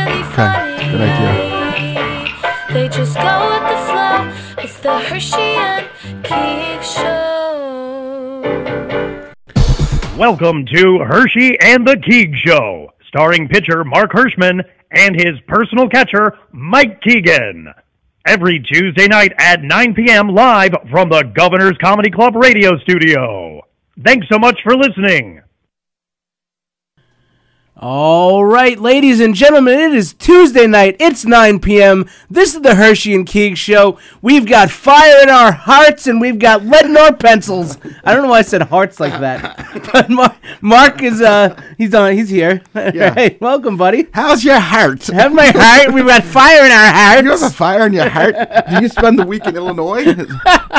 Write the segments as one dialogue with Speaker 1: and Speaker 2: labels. Speaker 1: Okay, good idea.
Speaker 2: They just go with the flow. It's the Hershey and Keith Show.
Speaker 3: Welcome to Hershey and the Keeg Show, starring pitcher Mark Hirschman and his personal catcher, Mike Keegan. Every Tuesday night at 9 p.m. live from the Governor's Comedy Club radio studio. Thanks so much for listening.
Speaker 4: All right, ladies and gentlemen, it is Tuesday night. It's 9 p.m. This is the Hershey and Keeg show. We've got fire in our hearts and we've got lead in our pencils. I don't know why I said hearts like that, but Mark, Mark is uh he's on he's here.
Speaker 1: Yeah.
Speaker 4: Hey, welcome, buddy.
Speaker 1: How's your heart?
Speaker 4: Have my heart. We've got fire in our hearts.
Speaker 1: You have a fire in your heart? Did you spend the week in Illinois?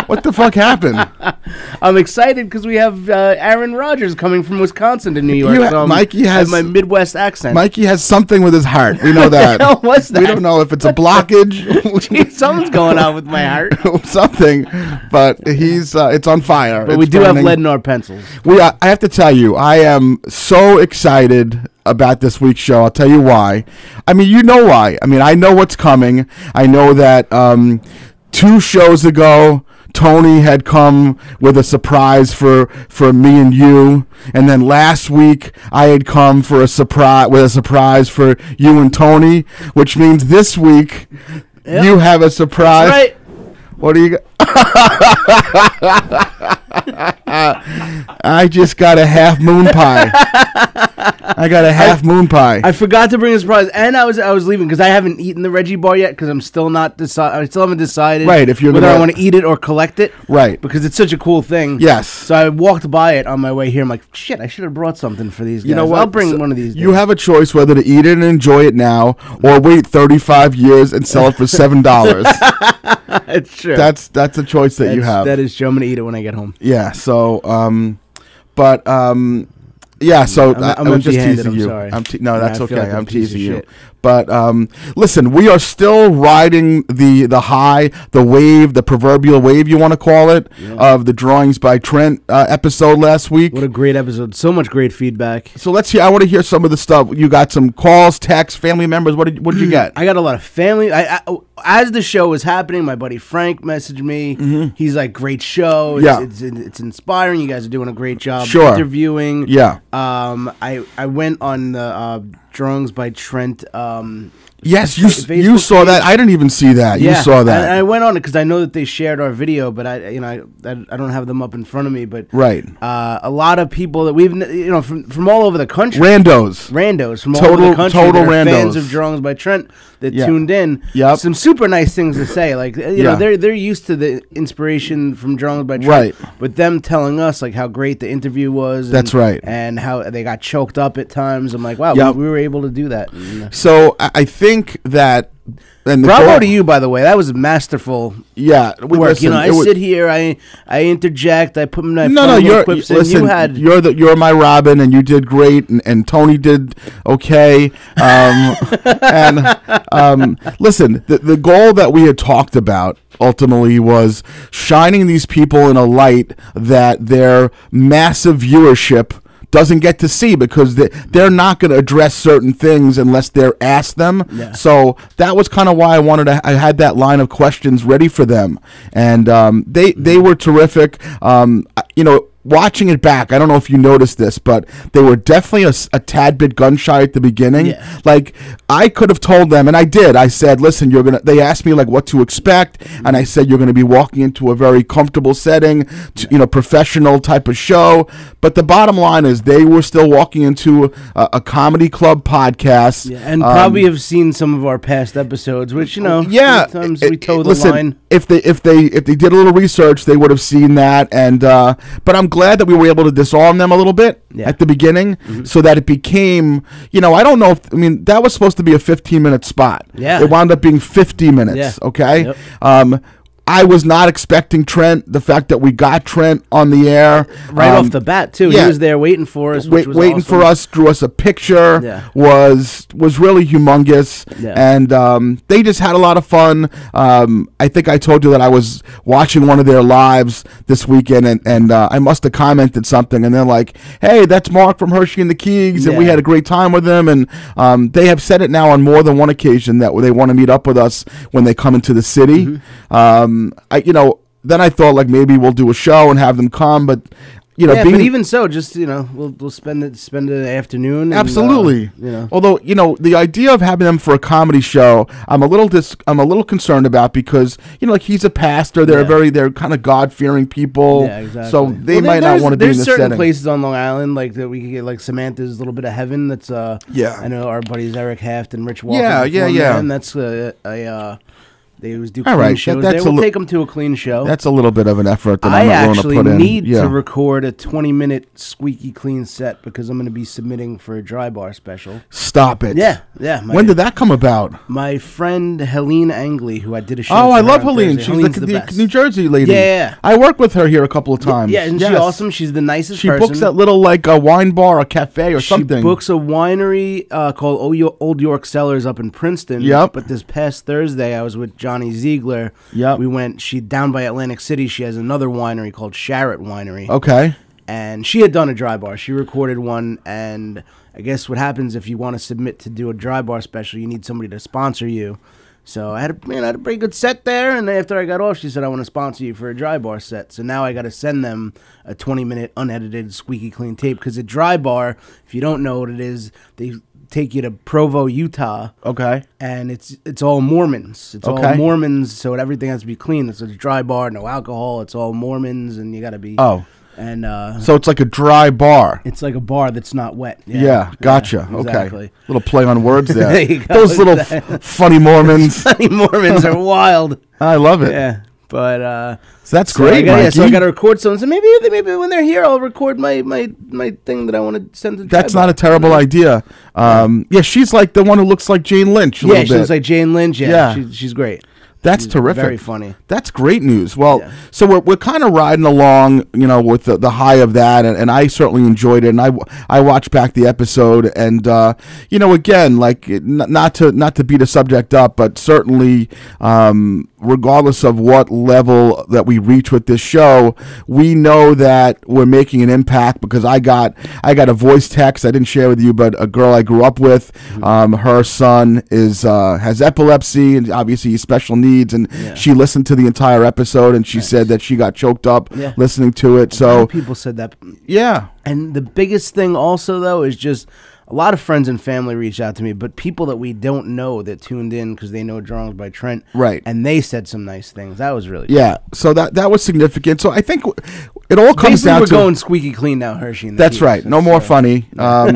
Speaker 1: what the fuck happened?
Speaker 4: I'm excited because we have uh, Aaron Rodgers coming from Wisconsin to New York.
Speaker 1: You ha-
Speaker 4: I'm-
Speaker 1: Mikey
Speaker 4: I have
Speaker 1: has-
Speaker 4: my Midwest accent.
Speaker 1: Mikey has something with his heart. We know that.
Speaker 4: hell was
Speaker 1: We
Speaker 4: that?
Speaker 1: don't know if it's a blockage,
Speaker 4: something's going on with my heart.
Speaker 1: something, but he's uh, it's on fire.
Speaker 4: But we do have lead in our pencils.
Speaker 1: We are, I have to tell you, I am so excited about this week's show. I'll tell you why. I mean, you know why. I mean, I know what's coming. I know that um, two shows ago, Tony had come with a surprise for, for me and you, and then last week I had come for a surprise with a surprise for you and Tony, which means this week you have a surprise.
Speaker 4: Right.
Speaker 1: What do you got? I just got a half moon pie. I got a half moon pie.
Speaker 4: I forgot to bring a surprise, and I was I was leaving because I haven't eaten the Reggie bar yet because I'm still not decide I still haven't decided
Speaker 1: Right, if you're
Speaker 4: whether
Speaker 1: gonna-
Speaker 4: I want to eat it or collect it
Speaker 1: Right.
Speaker 4: because it's such a cool thing
Speaker 1: Yes.
Speaker 4: so I walked by it on my way here I'm like shit I should have brought something for these guys
Speaker 1: you know what?
Speaker 4: I'll bring
Speaker 1: So
Speaker 4: one of these
Speaker 1: You
Speaker 4: days.
Speaker 1: have a choice whether to eat it and enjoy it now, or wait 35 years and sell it for seven dollars.
Speaker 4: it's true
Speaker 1: that's that's a choice that you
Speaker 4: That's-
Speaker 1: have.
Speaker 4: that is true I'm gonna eat it when I get home
Speaker 1: yeah. So, um, but um, yeah. So
Speaker 4: I'm-
Speaker 1: i
Speaker 4: I'm
Speaker 1: I was just
Speaker 4: empty-handed,
Speaker 1: teasing
Speaker 4: I'm
Speaker 1: you.
Speaker 4: sorry.
Speaker 1: I'm te- no,
Speaker 4: Yeah,
Speaker 1: that's
Speaker 4: I
Speaker 1: okay.
Speaker 4: feel like a
Speaker 1: I'm
Speaker 4: piece of
Speaker 1: teasing you.
Speaker 4: shit.
Speaker 1: But um, listen, we are still riding the the high, the wave, the proverbial wave you want to call it, of the drawings by Trent uh, episode last week.
Speaker 4: what a great episode so much great feedback
Speaker 1: so let's hear. I want to hear some of the stuff. You got some calls, texts, family members. What did what did you get?
Speaker 4: Hmm, I got a lot of family. I, I as the show was happening, my buddy Frank messaged me. He's like, "Great show. It's,
Speaker 1: Mm-hmm. Yeah.
Speaker 4: it's, it's inspiring. You guys are doing a great job
Speaker 1: Sure.
Speaker 4: interviewing.
Speaker 1: Yeah.
Speaker 4: Um, I I went on the uh, drawings by Trent. Um,
Speaker 1: yes, you s- you
Speaker 4: Facebook
Speaker 1: saw that. I didn't even see that.
Speaker 4: yeah,
Speaker 1: You saw that.
Speaker 4: And I went on it because I know that they shared our video, but I you know I, I, I don't have them up in front of me, but
Speaker 1: Right.
Speaker 4: Uh, a lot of people that we've kn- you know from from all over the country.
Speaker 1: Randos.
Speaker 4: randos from all
Speaker 1: Total-
Speaker 4: over the country
Speaker 1: total
Speaker 4: that are fans
Speaker 1: randos.
Speaker 4: of drawings by Trent that
Speaker 1: Yeah.
Speaker 4: tuned in.
Speaker 1: Yep.
Speaker 4: Some super nice things to say. Like uh, you
Speaker 1: Yeah.
Speaker 4: know, they're they're used to the inspiration from drawings by Trent.
Speaker 1: Right.
Speaker 4: But them telling us like how great the interview was. and-
Speaker 1: That's right.
Speaker 4: And how they got choked up at times. I'm like, wow,
Speaker 1: Yep.
Speaker 4: we, we were able to do
Speaker 1: Mm.
Speaker 4: that. And, uh,
Speaker 1: So I, I think that. And the
Speaker 4: Bravo
Speaker 1: goal-
Speaker 4: to you, by the way. That was masterful
Speaker 1: Yeah, we
Speaker 4: work. you
Speaker 1: listen,
Speaker 4: know, I
Speaker 1: it wa-
Speaker 4: sit here, I I interject, I put my
Speaker 1: No,
Speaker 4: fun
Speaker 1: no,
Speaker 4: little
Speaker 1: you're
Speaker 4: quips in.
Speaker 1: listen.
Speaker 4: you had
Speaker 1: You're the you're my Robin, and you did great, and, and Tony did okay. Um, and um, listen, the the goal that we had talked about ultimately was shining these people in a light that their massive viewership doesn't get to see because they, they're not going to address certain things unless they're asked them. So that was kind of why I wanted to, I had that line of questions ready for them. And um, they, they were terrific. Um, I- you know, watching it back, I don't know if you noticed this, but they were definitely a, s- a tad bit gun shy at the beginning.
Speaker 4: Yeah.
Speaker 1: Like I could have told them, and I did. I said, "Listen, you're gonna." They asked me like what to expect, and I said, "You're gonna be walking into a very comfortable setting, to, you know, professional type of show." But the bottom line is, they were still walking into a, a comedy club podcast,
Speaker 4: and
Speaker 1: Um,
Speaker 4: probably have seen some of our past episodes, which you know,
Speaker 1: yeah,
Speaker 4: sometimes
Speaker 1: it-
Speaker 4: we
Speaker 1: it-
Speaker 4: toe the
Speaker 1: listen,
Speaker 4: line.
Speaker 1: If they if they if they did a little research, they would have seen that. And uh, but I'm glad that we were able to disarm them a little bit
Speaker 4: Yeah. Mm-hmm.
Speaker 1: at the beginning, so that it became you know I don't know if I mean that was supposed to be a 15 minute spot.
Speaker 4: Yeah.
Speaker 1: it wound up being 50 minutes.
Speaker 4: Yeah.
Speaker 1: Okay.
Speaker 4: Yep.
Speaker 1: Um, I was not expecting Trent. The fact that we got Trent on the air
Speaker 4: right
Speaker 1: um,
Speaker 4: off the bat too.
Speaker 1: yeah.
Speaker 4: He was there waiting for us, which
Speaker 1: wait,
Speaker 4: was
Speaker 1: waiting for
Speaker 4: awesome.
Speaker 1: us, drew us a picture.
Speaker 4: Yeah.
Speaker 1: Was was really humongous,
Speaker 4: Yeah.
Speaker 1: and um, they just had a lot of fun. Um, I think I told you that I was watching one of their lives this weekend, and and uh, I must have commented something, and they're like, "Hey, that's Mark from Hershey and the Keegs," and we
Speaker 4: Yeah.
Speaker 1: had a great time with them, and um, they have said it now on more than one occasion that they want to meet up with us when they come into the city.
Speaker 4: Mm-hmm.
Speaker 1: Um, I you know. Then I thought like maybe we'll do a show and have them come, but you know,
Speaker 4: Yeah,
Speaker 1: being
Speaker 4: but even so, just you know, we'll we'll spend it spend an afternoon. and, uh,
Speaker 1: Absolutely.
Speaker 4: you know,
Speaker 1: Although you know the idea of having them for a comedy show, I'm a little dis- I'm a little concerned about because you know like he's a pastor. They're
Speaker 4: Yeah.
Speaker 1: very they're kind of God fearing people.
Speaker 4: Yeah, exactly.
Speaker 1: Oh, So they
Speaker 4: Well, there-
Speaker 1: might not
Speaker 4: there's-
Speaker 1: want to be in
Speaker 4: There's
Speaker 1: this
Speaker 4: certain
Speaker 1: setting.
Speaker 4: places on Long Island like that we could get like Samantha's little bit of heaven. That's uh
Speaker 1: Yeah.
Speaker 4: I know our buddies Eric Haft and Rich Walker.
Speaker 1: Yeah, yeah,
Speaker 4: perform
Speaker 1: yeah.
Speaker 4: there, And that's a, a uh, they always do
Speaker 1: All
Speaker 4: clean
Speaker 1: right, that-
Speaker 4: shows.
Speaker 1: that's
Speaker 4: they
Speaker 1: a
Speaker 4: will
Speaker 1: li-
Speaker 4: take them to a clean show.
Speaker 1: That's a little bit of an effort that
Speaker 4: I
Speaker 1: I'm not willing to
Speaker 4: actually
Speaker 1: put in.
Speaker 4: need
Speaker 1: yeah.
Speaker 4: to record a 20 minute squeaky clean set because I'm going to be submitting for a dry bar special.
Speaker 1: Stop it.
Speaker 4: Yeah, yeah. My,
Speaker 1: When did that come about?
Speaker 4: my friend Helene Angley, who I did a show.
Speaker 1: Oh,
Speaker 4: for
Speaker 1: I
Speaker 4: her
Speaker 1: love
Speaker 4: on
Speaker 1: Helene.
Speaker 4: Thursday.
Speaker 1: She's
Speaker 4: Helene's
Speaker 1: the,
Speaker 4: the
Speaker 1: the
Speaker 4: best.
Speaker 1: New Jersey lady.
Speaker 4: Yeah, yeah, yeah.
Speaker 1: I worked with her here a couple of times.
Speaker 4: Yeah, isn't she
Speaker 1: Yes.
Speaker 4: awesome? She's the nicest
Speaker 1: She
Speaker 4: person.
Speaker 1: books that little like a wine bar or cafe or something.
Speaker 4: She books a winery uh, called Old York, Old York Cellars up in Princeton.
Speaker 1: Yep.
Speaker 4: But this past Thursday, I was with Johnny Ziegler.
Speaker 1: Yep.
Speaker 4: We went. She down by Atlantic City. She has another winery called Sharrett Winery.
Speaker 1: okay.
Speaker 4: And she had done a dry bar. She recorded one. And I guess what happens if you want to submit to do a dry bar special, you need somebody to sponsor you. So I had a man, I had a pretty good set there. And after I got off, she said, "I want to sponsor you for a dry bar set." So now I got to send them a 20 minute unedited, squeaky clean tape because a dry bar, if you don't know what it is, they take you to Provo, Utah
Speaker 1: Okay.
Speaker 4: and it's it's all Mormons. It's
Speaker 1: Okay.
Speaker 4: all Mormons, so everything has to be clean. It's a dry bar, no alcohol. It's all Mormons, and you got to be
Speaker 1: Oh.
Speaker 4: and uh,
Speaker 1: So it's like a dry bar.
Speaker 4: it's like a bar that's not wet.
Speaker 1: Yeah, gotcha. Okay.
Speaker 4: exactly.
Speaker 1: Little play on words there.
Speaker 4: There you go.
Speaker 1: Those little f- funny Mormons.
Speaker 4: Mormons are wild.
Speaker 1: I love it.
Speaker 4: Yeah, but uh,
Speaker 1: So that's
Speaker 4: so I
Speaker 1: great,
Speaker 4: gotta- yeah, so I
Speaker 1: Mikey.
Speaker 4: got to record some. So maybe maybe when they're here, I'll record my my my thing that I want to send to.
Speaker 1: That's not a terrible
Speaker 4: Mm-hmm.
Speaker 1: idea. Um, yeah, she's like the one who looks like Jane Lynch a
Speaker 4: Yeah,
Speaker 1: little
Speaker 4: she
Speaker 1: bit.
Speaker 4: looks like Jane Lynch. Yeah,
Speaker 1: Yeah.
Speaker 4: She, she's great.
Speaker 1: That's terrific.
Speaker 4: Mm, very funny.
Speaker 1: That's great news. Well, so we're, we're kind of riding along, you know, with the, the high of that, and, and I certainly enjoyed it. And I, w- I watched back the episode, and uh, you know, again, like it- n- not to not to beat a subject up, but certainly, um, regardless of what level that we reach with this show, we know that we're making an impact because I got I got a voice text I didn't share with you, but a girl I grew up with,
Speaker 4: Mm-hmm.
Speaker 1: um, her son is uh, has epilepsy and obviously he's special needs, and she listened to the entire episode and she said that she got choked up
Speaker 4: Yeah.
Speaker 1: listening to it. So
Speaker 4: People said that
Speaker 1: yeah,
Speaker 4: And the biggest thing also though is just a lot of friends and family reached out to me, but people that we don't know that tuned in because they know drawings by Trent,
Speaker 1: Right.
Speaker 4: And they said some nice things. That was really
Speaker 1: yeah. So that that was significant. So I think w- it all
Speaker 4: Cool.
Speaker 1: comes
Speaker 4: Basically,
Speaker 1: down
Speaker 4: we're
Speaker 1: to
Speaker 4: going squeaky clean now, Hershey. And the
Speaker 1: That's
Speaker 4: Keys.
Speaker 1: right. No more funny. Um,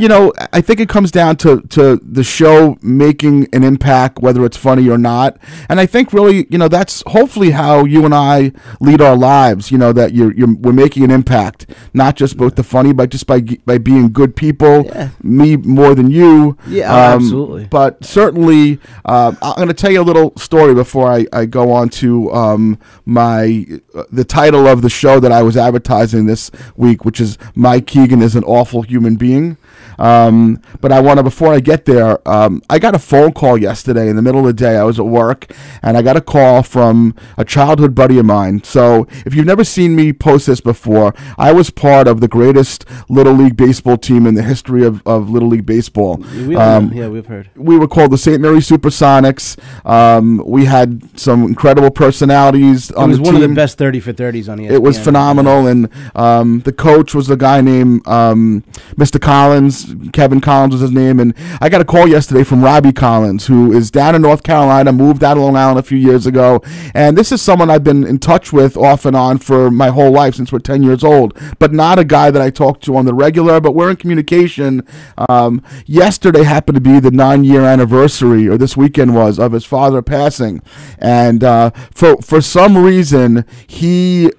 Speaker 1: you know, I think it comes down to, to the show making an impact, whether it's funny or not. And I think really, you know, that's hopefully how you and I lead our lives. You know, that you're, you're we're making an impact, not just with the funny, but just by g- by being good people. Me more than you. Um,
Speaker 4: Yeah, oh, absolutely.
Speaker 1: But certainly, uh, I'm going to tell you a little story before I, I go on to um, my uh, the title of the show that I was advertising this week, which is Mike Keegan is an awful human being. Um, but I want to before I get there, um, I got a phone call yesterday in the middle of the day. I was at work and I got a call from a childhood buddy of mine. So if you've never seen me post this before, I was part of the greatest little league baseball team in the history of, of little league baseball
Speaker 4: We all
Speaker 1: Um,
Speaker 4: know. yeah, we've heard.
Speaker 1: we were called the St. Mary Supersonics. Um, we had some incredible personalities
Speaker 4: It
Speaker 1: on
Speaker 4: was
Speaker 1: the
Speaker 4: one
Speaker 1: team.
Speaker 4: of the best thirty for thirties on E ESPN.
Speaker 1: It was phenomenal, and um, the coach was a guy named um, Mr. Collins. Kevin Collins was his name, and I got a call yesterday from Robbie Collins, who is down in North Carolina, moved out of Long Island a few years ago, and this is someone I've been in touch with off and on for my whole life since we're ten years old, but not a guy that I talk to on the regular. But we're in communication. Um, yesterday happened to be the nine-year anniversary, or this weekend was, of his father passing, and uh, for for some reason he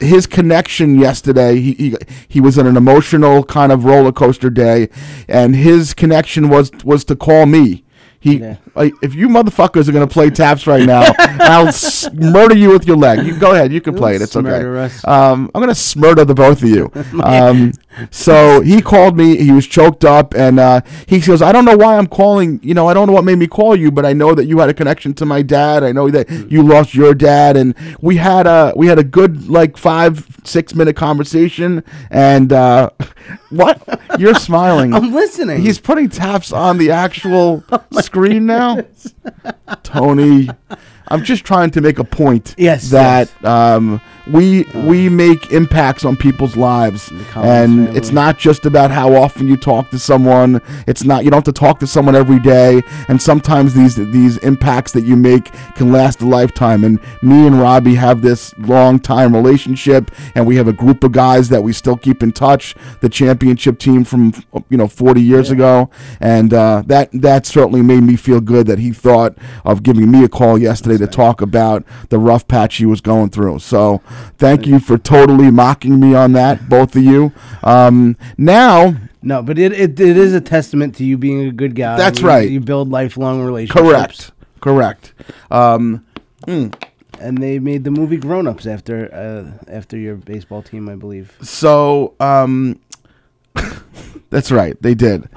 Speaker 1: his connection yesterday he, he he was in an emotional kind of roller coaster day and his connection was was to call me He, like, if you motherfuckers are gonna play taps right now, I'll s- murder you with your leg. You go ahead, you can play it. It's okay.
Speaker 4: Smurder us.
Speaker 1: Um, I'm gonna smurder the both of you. Um, so he called me. He was choked up, and uh, he goes, "I don't know why I'm calling. You know, I don't know what made me call you, but I know that you had a connection to my dad. I know that you lost your dad, and we had a we had a good like five six minute conversation. And uh, what you're smiling?
Speaker 4: I'm listening.
Speaker 1: He's putting taps on the actual
Speaker 4: Oh
Speaker 1: screen now, Tony. I'm just trying to make a point.
Speaker 4: Yes, Uh.
Speaker 1: that um, we we make impacts on people's lives, and it's not just about how often you talk to someone. It's not you don't have to talk to someone every day, and sometimes these these impacts that you make can last a lifetime. And me and Robbie have this long time relationship, and we have a group of guys that we still keep in touch. The championship team from you know 40 years ago, and uh, that that certainly made me feel good that he thought of giving me a call yesterday to talk about the rough patch he was going through. So thank you for totally mocking me on that, both of you. Um, now,
Speaker 4: No, but it, it, it is a testament to you being a good guy.
Speaker 1: That's
Speaker 4: You-
Speaker 1: right.
Speaker 4: You build lifelong relationships.
Speaker 1: correct, correct. Um,
Speaker 4: And they made the movie Grown Ups after uh, after your baseball team, I believe.
Speaker 1: so um, that's right, they did.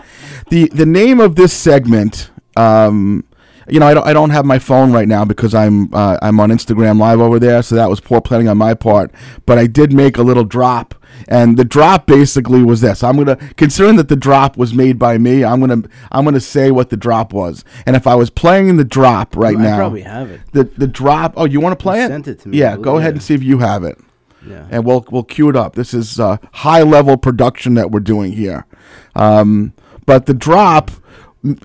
Speaker 1: the The name of this segment. Um, you know, I don't, I don't have my phone right now because I'm uh, I'm on Instagram Live over there, so that was poor planning on my part. But I did make a little drop, and the drop basically was this. I'm gonna considering that the drop was made by me. I'm gonna I'm gonna say what the drop was, and if I was playing the drop right
Speaker 4: I
Speaker 1: now,
Speaker 4: probably have it.
Speaker 1: The the drop. Oh, you want to play
Speaker 4: You
Speaker 1: it?
Speaker 4: sent it to me, I
Speaker 1: Yeah, go
Speaker 4: believe,
Speaker 1: ahead
Speaker 4: yeah.
Speaker 1: and see if you have it
Speaker 4: Yeah.
Speaker 1: and we'll we'll cue it up. This is uh, high level production that we're doing here. Um, but the drop, m-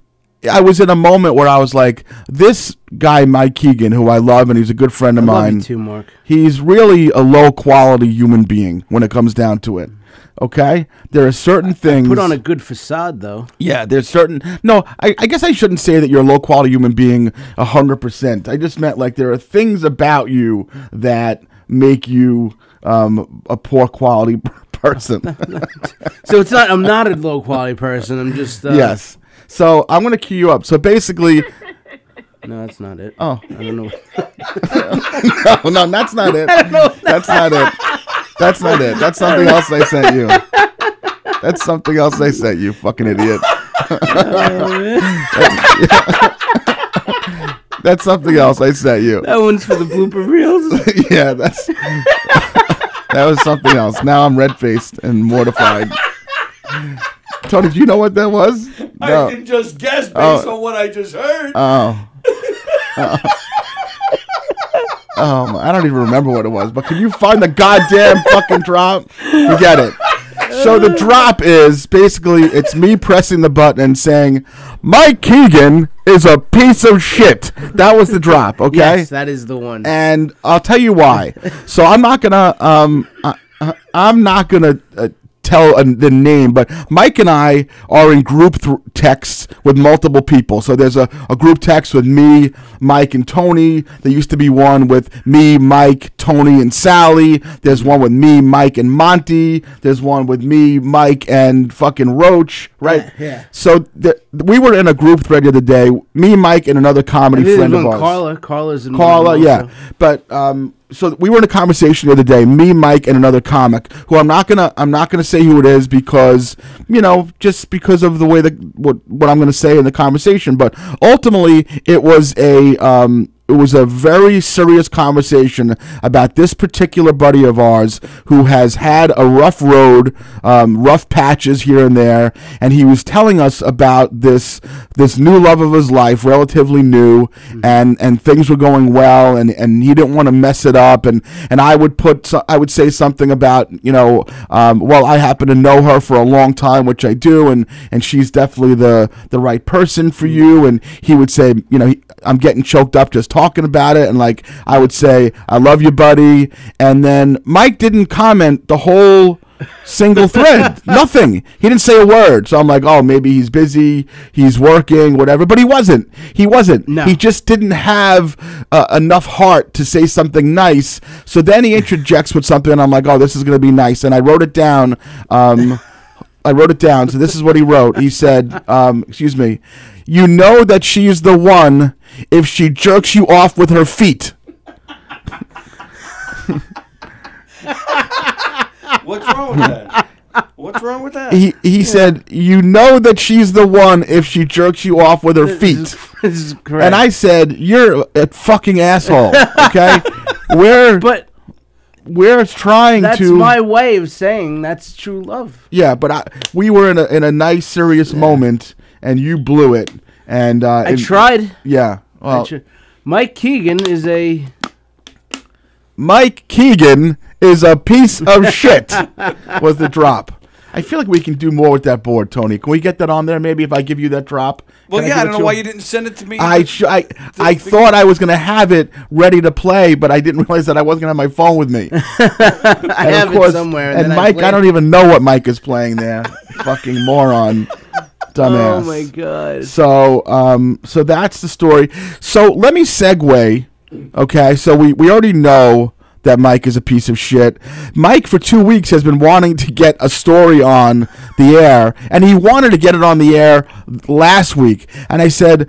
Speaker 1: I was in a moment where I was like, this guy Mike Keegan, who I love and he's a good friend of
Speaker 4: Love
Speaker 1: mine.
Speaker 4: you too, Mark.
Speaker 1: He's really a low quality human being when it comes down to it. Okay, there are certain things.
Speaker 4: Put on a good facade, though.
Speaker 1: Yeah, there's certain. No, I, I guess I shouldn't say that you're a low quality human being 100%. I just meant like there are things about you that make you um, a poor quality person.
Speaker 4: So it's not. I'm not a low quality person. I'm just. Uh,
Speaker 1: yes. So I'm going to cue you up. So basically,
Speaker 4: No, that's not it.
Speaker 1: Oh.
Speaker 4: I don't know.
Speaker 1: oh, no, that's not it. That's not it. That's not it. That's something else I sent you. That's something else I sent you, fucking idiot. That's something else I sent you.
Speaker 4: That one's for the blooper reels.
Speaker 1: yeah, that's that was something else. Now I'm red faced and mortified. Tony, do you know what that was? No.
Speaker 5: I can just guess based
Speaker 1: Oh.
Speaker 5: on what I just heard.
Speaker 1: Oh. oh. Um, I don't even remember what it was, but can you find the goddamn fucking drop? Forget it. So the drop is basically it's me pressing the button and saying, Mike Keegan is a piece of shit. That was the drop, okay?
Speaker 4: Yes, that is the one.
Speaker 1: and I'll tell you why. so I'm not gonna um I, I- I'm not gonna uh, tell uh, the name, but Mike and I are in group th- texts with multiple people. So there's a, a group text with me, Mike, and Tony. There used to be one with me, Mike, Tony, and Sally. There's one with me, Mike, and Monty. There's one with me, Mike, and fucking Roach. Right.
Speaker 4: Yeah, yeah.
Speaker 1: So th- we were in a group thread the other day. Me, Mike, and another comedy
Speaker 4: And then
Speaker 1: friend
Speaker 4: there's
Speaker 1: of
Speaker 4: one
Speaker 1: ours.
Speaker 4: Carla. Carla's in
Speaker 1: Carla,
Speaker 4: one
Speaker 1: yeah.
Speaker 4: also.
Speaker 1: But um, so we were in a conversation the other day, me, Mike, and another comic who I'm not gonna I'm not gonna say who it is because you know just because of the way that what what I'm gonna say in the conversation. But ultimately, it was a um, it was a very serious conversation about this particular buddy of ours who has had a rough road, um, rough patches here and there, and he was telling us about this this new love of his life, relatively new, and and things were going well, and and he didn't want to mess it up, and and I would put so, I would say something about you know, um, well I happen to know her for a long time, which I do, and and she's definitely the the right person for you, and he would say you know he, I'm getting choked up just talking about it, and like I would say I love you, buddy, and then Mike didn't comment the whole single thread. Nothing. He didn't say a word. So I'm like, oh, maybe he's busy, he's working, whatever. But he wasn't. He wasn't.
Speaker 4: No.
Speaker 1: He just didn't have uh, enough heart to say something nice. So then he interjects with something, and I'm like, oh, this is going to be nice. And I wrote it down. Um, I wrote it down. So this is what he wrote. He said, um, "Excuse me, you know that she is the one if she jerks you off with her feet."
Speaker 5: What's wrong with that? What's wrong with that?
Speaker 1: He he said, "You know that she's the one if she jerks you off with her feet."
Speaker 4: this is correct.
Speaker 1: And I said, "You're a fucking asshole." Okay, we're
Speaker 4: but
Speaker 1: we're trying
Speaker 4: that's
Speaker 1: to.
Speaker 4: my way of saying that's true love.
Speaker 1: yeah, but I we were in a in a nice serious moment, and you blew it. And uh,
Speaker 4: I tried.
Speaker 1: Yeah. Well,
Speaker 4: I tr- Mike Keegan is a
Speaker 1: Mike Keegan is a piece of shit. was the drop. I feel like we can do more with that board, Tony. Can we get that on there? Maybe if I give you that drop.
Speaker 5: well,
Speaker 1: Can
Speaker 5: yeah, I
Speaker 1: give it
Speaker 5: don't know
Speaker 1: to
Speaker 5: why
Speaker 1: him?
Speaker 5: you didn't send it to me.
Speaker 1: I sh- I, I thought I was gonna have it ready to play, but I didn't realize that I wasn't gonna have my phone with me.
Speaker 4: I
Speaker 1: And
Speaker 4: have
Speaker 1: of course-
Speaker 4: it somewhere.
Speaker 1: And
Speaker 4: then
Speaker 1: Mike, I,
Speaker 4: played-
Speaker 1: don't even know what Mike is playing there. Fucking moron, dumbass.
Speaker 4: Oh my god.
Speaker 1: So, um, so that's the story. So let me segue. Okay, so we, we already know that Mike is a piece of shit. Mike for two weeks has been wanting to get a story on the air, and he wanted to get it on the air last week. And I said,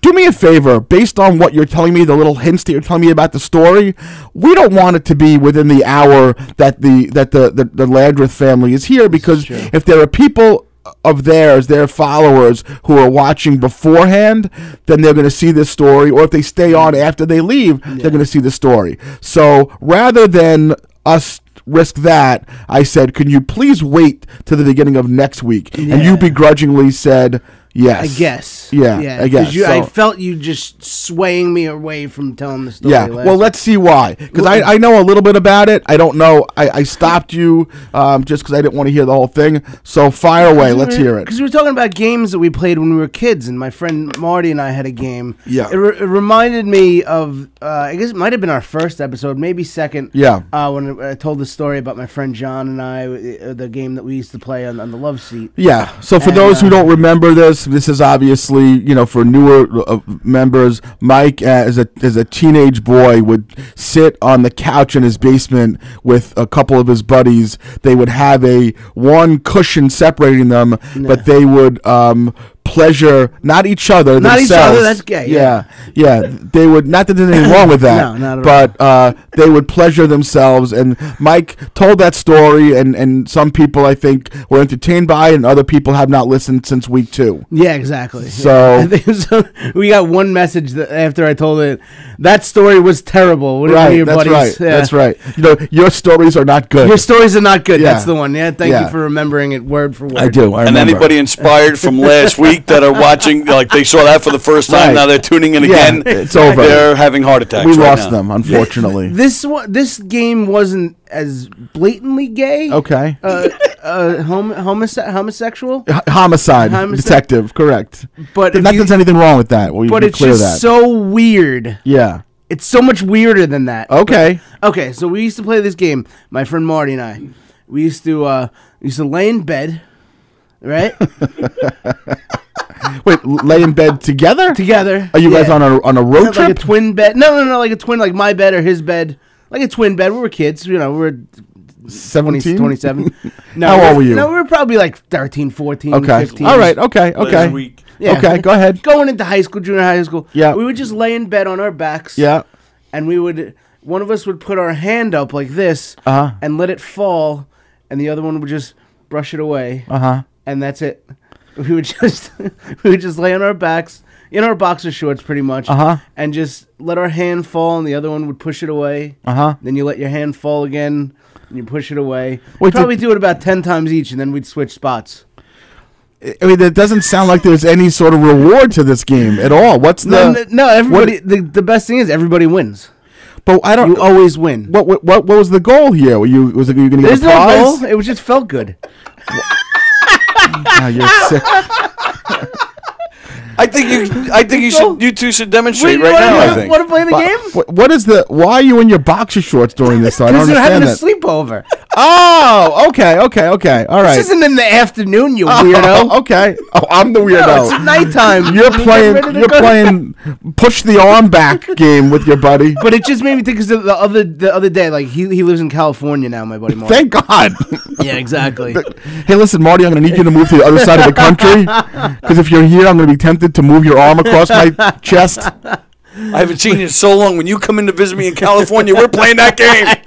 Speaker 1: do me a favor, based on what you're telling me, the little hints that you're telling me about the story, we don't want it to be within the hour that the that the, the, the Landreth family is here because if there are people of theirs, their followers who are watching beforehand, then they're going to see this story. Or if they stay
Speaker 4: Mm-hmm.
Speaker 1: on after they leave, they're going to see the story. So rather than us risk that, I said, can you please wait to the beginning of next week? And you begrudgingly said, yes.
Speaker 4: I guess.
Speaker 1: Yeah, I
Speaker 4: 'cause
Speaker 1: guess,
Speaker 4: You, I
Speaker 1: so-
Speaker 4: felt you just swaying me away from telling the story.
Speaker 1: Yeah.
Speaker 4: last
Speaker 1: Well,
Speaker 4: week.
Speaker 1: let's see why. Because I, I know a little bit about it. I don't know. I, I stopped you um, just because I didn't want to hear the whole thing. So fire away. Let's hear it.
Speaker 4: Because we were talking about games that we played when we were kids, and my friend Marty and I had a game.
Speaker 1: Yeah.
Speaker 4: It, re- it reminded me of, uh, I guess it might have been our first episode, maybe second.
Speaker 1: Yeah.
Speaker 4: Uh, when I told the story about my friend John and I, uh, the game that we used to play on, on the love seat.
Speaker 1: Yeah. So for
Speaker 4: And,
Speaker 1: those who
Speaker 4: uh,
Speaker 1: don't remember this, this is obviously you know for newer uh, members. Mike, uh, as a as a teenage boy, would sit on the couch in his basement with a couple of his buddies. They would have a one cushion separating them, but they would. Um, pleasure not each other
Speaker 4: Not each other,
Speaker 1: themselves.
Speaker 4: that's gay,
Speaker 1: yeah yeah they would not that there's anything wrong with that
Speaker 4: No, not at all.
Speaker 1: but uh, they would pleasure themselves. And Mike told that story, and, and some people I think were entertained by, it, and other people have not listened since week two.
Speaker 4: Yeah, exactly.
Speaker 1: So-
Speaker 4: Yeah. I think so. we got one message that after I told it. That story was terrible. What do you think,
Speaker 1: Right,
Speaker 4: your
Speaker 1: that's
Speaker 4: buddies?
Speaker 1: right.
Speaker 4: Yeah.
Speaker 1: That's right. You know, your stories are not good.
Speaker 4: Your stories are not good.
Speaker 1: Yeah.
Speaker 4: That's the one. Yeah, thank
Speaker 1: Yeah.
Speaker 4: you for remembering it word for word.
Speaker 1: I do. I
Speaker 6: And
Speaker 1: remember.
Speaker 6: anybody inspired from last week that are watching, like they saw that for the first time,
Speaker 1: Right.
Speaker 6: now they're tuning in
Speaker 1: Yeah,
Speaker 6: again.
Speaker 1: it's over.
Speaker 6: They're having heart attacks.
Speaker 1: we
Speaker 6: right
Speaker 1: lost
Speaker 6: now.
Speaker 1: them, unfortunately.
Speaker 4: This wa- this game wasn't as blatantly gay.
Speaker 1: okay.
Speaker 4: Uh, uh, hom- homose- homosexual,
Speaker 1: H- homicide,
Speaker 4: homicide-
Speaker 1: detective, correct.
Speaker 4: But if
Speaker 1: not that
Speaker 4: you-
Speaker 1: there's anything wrong with that. We,
Speaker 4: but
Speaker 1: we
Speaker 4: it's
Speaker 1: clear
Speaker 4: just
Speaker 1: that.
Speaker 4: so weird.
Speaker 1: yeah.
Speaker 4: It's so much weirder than that.
Speaker 1: Okay.
Speaker 4: Okay, so we used to play this game. My friend Marty and I, we used to uh, we used to lay in bed, right,
Speaker 1: Wait, l- lay in bed together.
Speaker 4: together.
Speaker 1: Are you guys
Speaker 4: Yeah.
Speaker 1: on a on a road
Speaker 4: like a
Speaker 1: trip?
Speaker 4: twin bed? No, no, no, like a twin, like my bed or his bed, like a twin bed. We were kids, you know. We were 20,
Speaker 1: Seventeen.
Speaker 4: 27. No,
Speaker 1: How
Speaker 4: we
Speaker 1: old were you?
Speaker 4: No, we were probably like 13, 14,
Speaker 1: Okay.
Speaker 4: 15.
Speaker 1: All right. Okay. Okay.
Speaker 5: week.
Speaker 4: Yeah.
Speaker 1: Okay. Go ahead.
Speaker 4: Going into high school, junior high school,
Speaker 1: Yeah.
Speaker 4: we would just lay in bed on our backs,
Speaker 1: Yeah.
Speaker 4: and we would one of us would put our hand up like this,
Speaker 1: Uh-huh.
Speaker 4: and let it fall, and the other one would just brush it away,
Speaker 1: Uh huh.
Speaker 4: and that's it. We would just we would just lay on our backs in our boxer shorts, pretty much,
Speaker 1: Uh-huh.
Speaker 4: and just let our hand fall, and the other one would push it away.
Speaker 1: Uh huh.
Speaker 4: Then you let your hand fall again, and you push it away.
Speaker 1: Wait,
Speaker 4: We'd probably do it about ten times each, and then we'd switch spots.
Speaker 1: I mean, that doesn't sound like there's any sort of reward to this game at all. What's the?
Speaker 4: No, no, no everybody. The, the best thing is everybody wins.
Speaker 1: but I don't.
Speaker 4: You always win.
Speaker 1: what, what what what was the goal here? Were you was it you going to get
Speaker 4: There's
Speaker 1: a
Speaker 4: no
Speaker 1: prize?
Speaker 4: goal. It was just felt good.
Speaker 1: Ah, you're sick.
Speaker 6: I think you. I think you
Speaker 4: Go.
Speaker 6: should. You two should demonstrate
Speaker 4: Wait,
Speaker 6: right
Speaker 4: wanna-
Speaker 6: now. I
Speaker 4: wanna-
Speaker 6: think.
Speaker 4: Wanna play the
Speaker 1: Wha-
Speaker 4: game?
Speaker 1: what- what is the? Why are you in your boxer shorts during this? time? I don't
Speaker 4: Because they're having
Speaker 1: understand that.
Speaker 4: a sleepover.
Speaker 1: Oh, okay, okay, okay. All right.
Speaker 4: This isn't in the afternoon, you
Speaker 1: Oh,
Speaker 4: weirdo.
Speaker 1: okay. Oh, I'm the weirdo.
Speaker 4: No, it's at nighttime.
Speaker 1: You're
Speaker 4: Get ready
Speaker 1: playing.
Speaker 4: to
Speaker 1: You're
Speaker 4: go.
Speaker 1: playing. Push the arm back game with your buddy.
Speaker 4: But it just made me think because the other the other day, like he, he lives in California now, my buddy Mark.
Speaker 1: Thank God.
Speaker 4: yeah, exactly.
Speaker 1: hey, listen, Marty. I'm gonna need you to move to the other side of the country because if you're here, I'm gonna be tempted to move your arm across my chest.
Speaker 6: I haven't seen you in so long. When you come in to visit me in California, we're playing that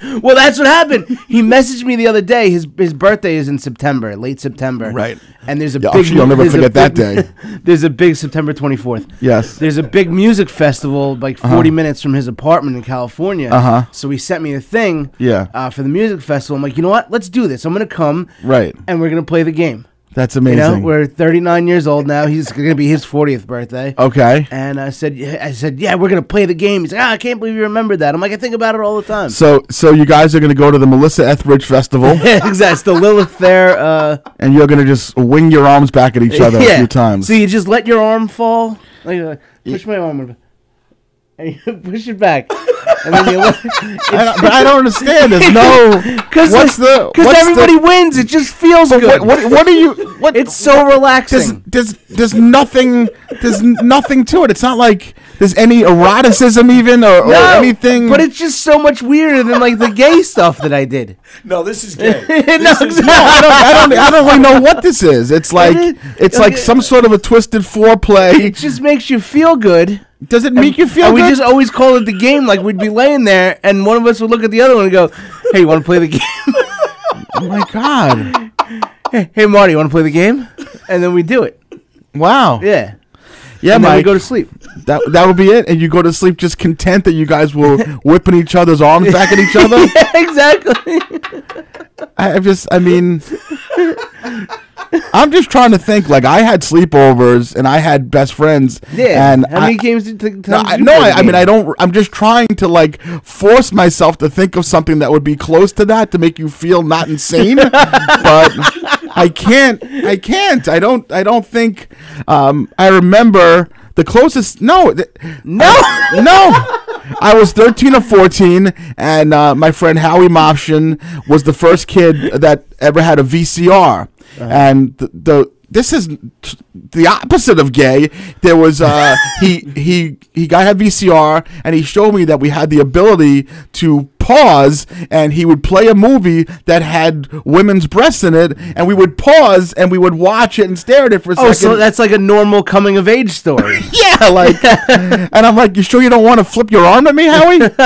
Speaker 6: game.
Speaker 4: well, that's what happened. He messaged me the other day. His his birthday is in September, late September.
Speaker 1: Right.
Speaker 4: And there's a
Speaker 1: Yeah, I'm
Speaker 4: big.
Speaker 1: sure you'll never
Speaker 4: there's a
Speaker 1: forget that
Speaker 4: big-
Speaker 1: day.
Speaker 4: there's a big September 24th.
Speaker 1: Yes.
Speaker 4: There's a big music festival like 40 minutes from his apartment in California. Uh
Speaker 1: Uh-huh.
Speaker 4: So he sent me a thing.
Speaker 1: Yeah.
Speaker 4: Uh, for the music festival, I'm like, you know what? Let's do this. I'm gonna come.
Speaker 1: Right.
Speaker 4: And we're gonna play the game.
Speaker 1: That's
Speaker 4: You
Speaker 1: amazing.
Speaker 4: know, we're 39 years old now. He's gonna be his 40th birthday.
Speaker 1: Oh. okay.
Speaker 4: And I said, yeah, I said, yeah, we're gonna play the game. He's like, ah, I can't believe you remembered that. I'm like, I think about it all the time.
Speaker 1: So, so you guys are gonna go to the Melissa Etheridge Festival,
Speaker 4: exactly. It's the Lilith there. Uh,
Speaker 1: and you're gonna just wing your arms back at each other a few times.
Speaker 4: So you just let your arm fall. Like, uh, push my arm. over. And you push it back. And then you let,
Speaker 1: I don't, but I don't understand. There's no.
Speaker 4: Cause
Speaker 1: what's the?
Speaker 4: Because
Speaker 1: what's the-
Speaker 4: everybody wins. It just feels
Speaker 1: But
Speaker 4: good.
Speaker 1: what, what, what are you? What,
Speaker 4: it's so
Speaker 1: there's,
Speaker 4: relaxing.
Speaker 1: there's there's nothing there's n- nothing to it. It's not like there's any eroticism even or, or
Speaker 4: No,
Speaker 1: anything.
Speaker 4: But it's just so much weirder than like the gay stuff that I did.
Speaker 5: No, this is gay.
Speaker 4: no, exactly.
Speaker 1: I don't, I don't I don't really know what this is. It's like
Speaker 4: It is-
Speaker 1: it's like some sort of a twisted
Speaker 4: It
Speaker 1: foreplay.
Speaker 4: just makes you feel good.
Speaker 1: Does it make you feel
Speaker 4: and
Speaker 1: good?
Speaker 4: we just always call it the game. Like we'd be laying there, and one of us would look at the other one and go, "Hey, you want to play the game?
Speaker 1: oh my god!
Speaker 4: hey, Marty, you want to play the game?" And then we do it.
Speaker 1: Wow. Yeah,
Speaker 4: Yeah.
Speaker 1: yeah
Speaker 4: And then we
Speaker 1: Mike.
Speaker 4: go to sleep.
Speaker 1: that that would be it, and you go to sleep just content that you guys were whipping each other's arms back at each other.
Speaker 4: yeah, exactly.
Speaker 1: I, I just, I mean, I'm just trying to think. Like, I had sleepovers and I had best friends.
Speaker 4: Yeah.
Speaker 1: And
Speaker 4: How
Speaker 1: I,
Speaker 4: many games did you
Speaker 1: no, I, no, I, I mean, I don't. I'm just trying to like force myself to think of something that would be close to that to make you feel not insane. but I can't. I can't. I don't. I don't think. Um, I remember the closest. No. th-
Speaker 4: No.
Speaker 1: no. I was 13 or 14, and uh, my friend Howie Mopshin was the first kid that ever had a VCR.
Speaker 4: Uh-huh.
Speaker 1: And the, the this is t- the opposite of gay. There was uh, he he he got had VCR, and he showed me that we had the ability to pause, and he would play a movie that had women's breasts in it, and we would pause and we would watch it and stare at it for a
Speaker 4: Oh,
Speaker 1: second.
Speaker 4: so that's like a normal coming of age story.
Speaker 1: Yeah, like, and I'm like, you sure you don't want to flip your arm at me, Howie? but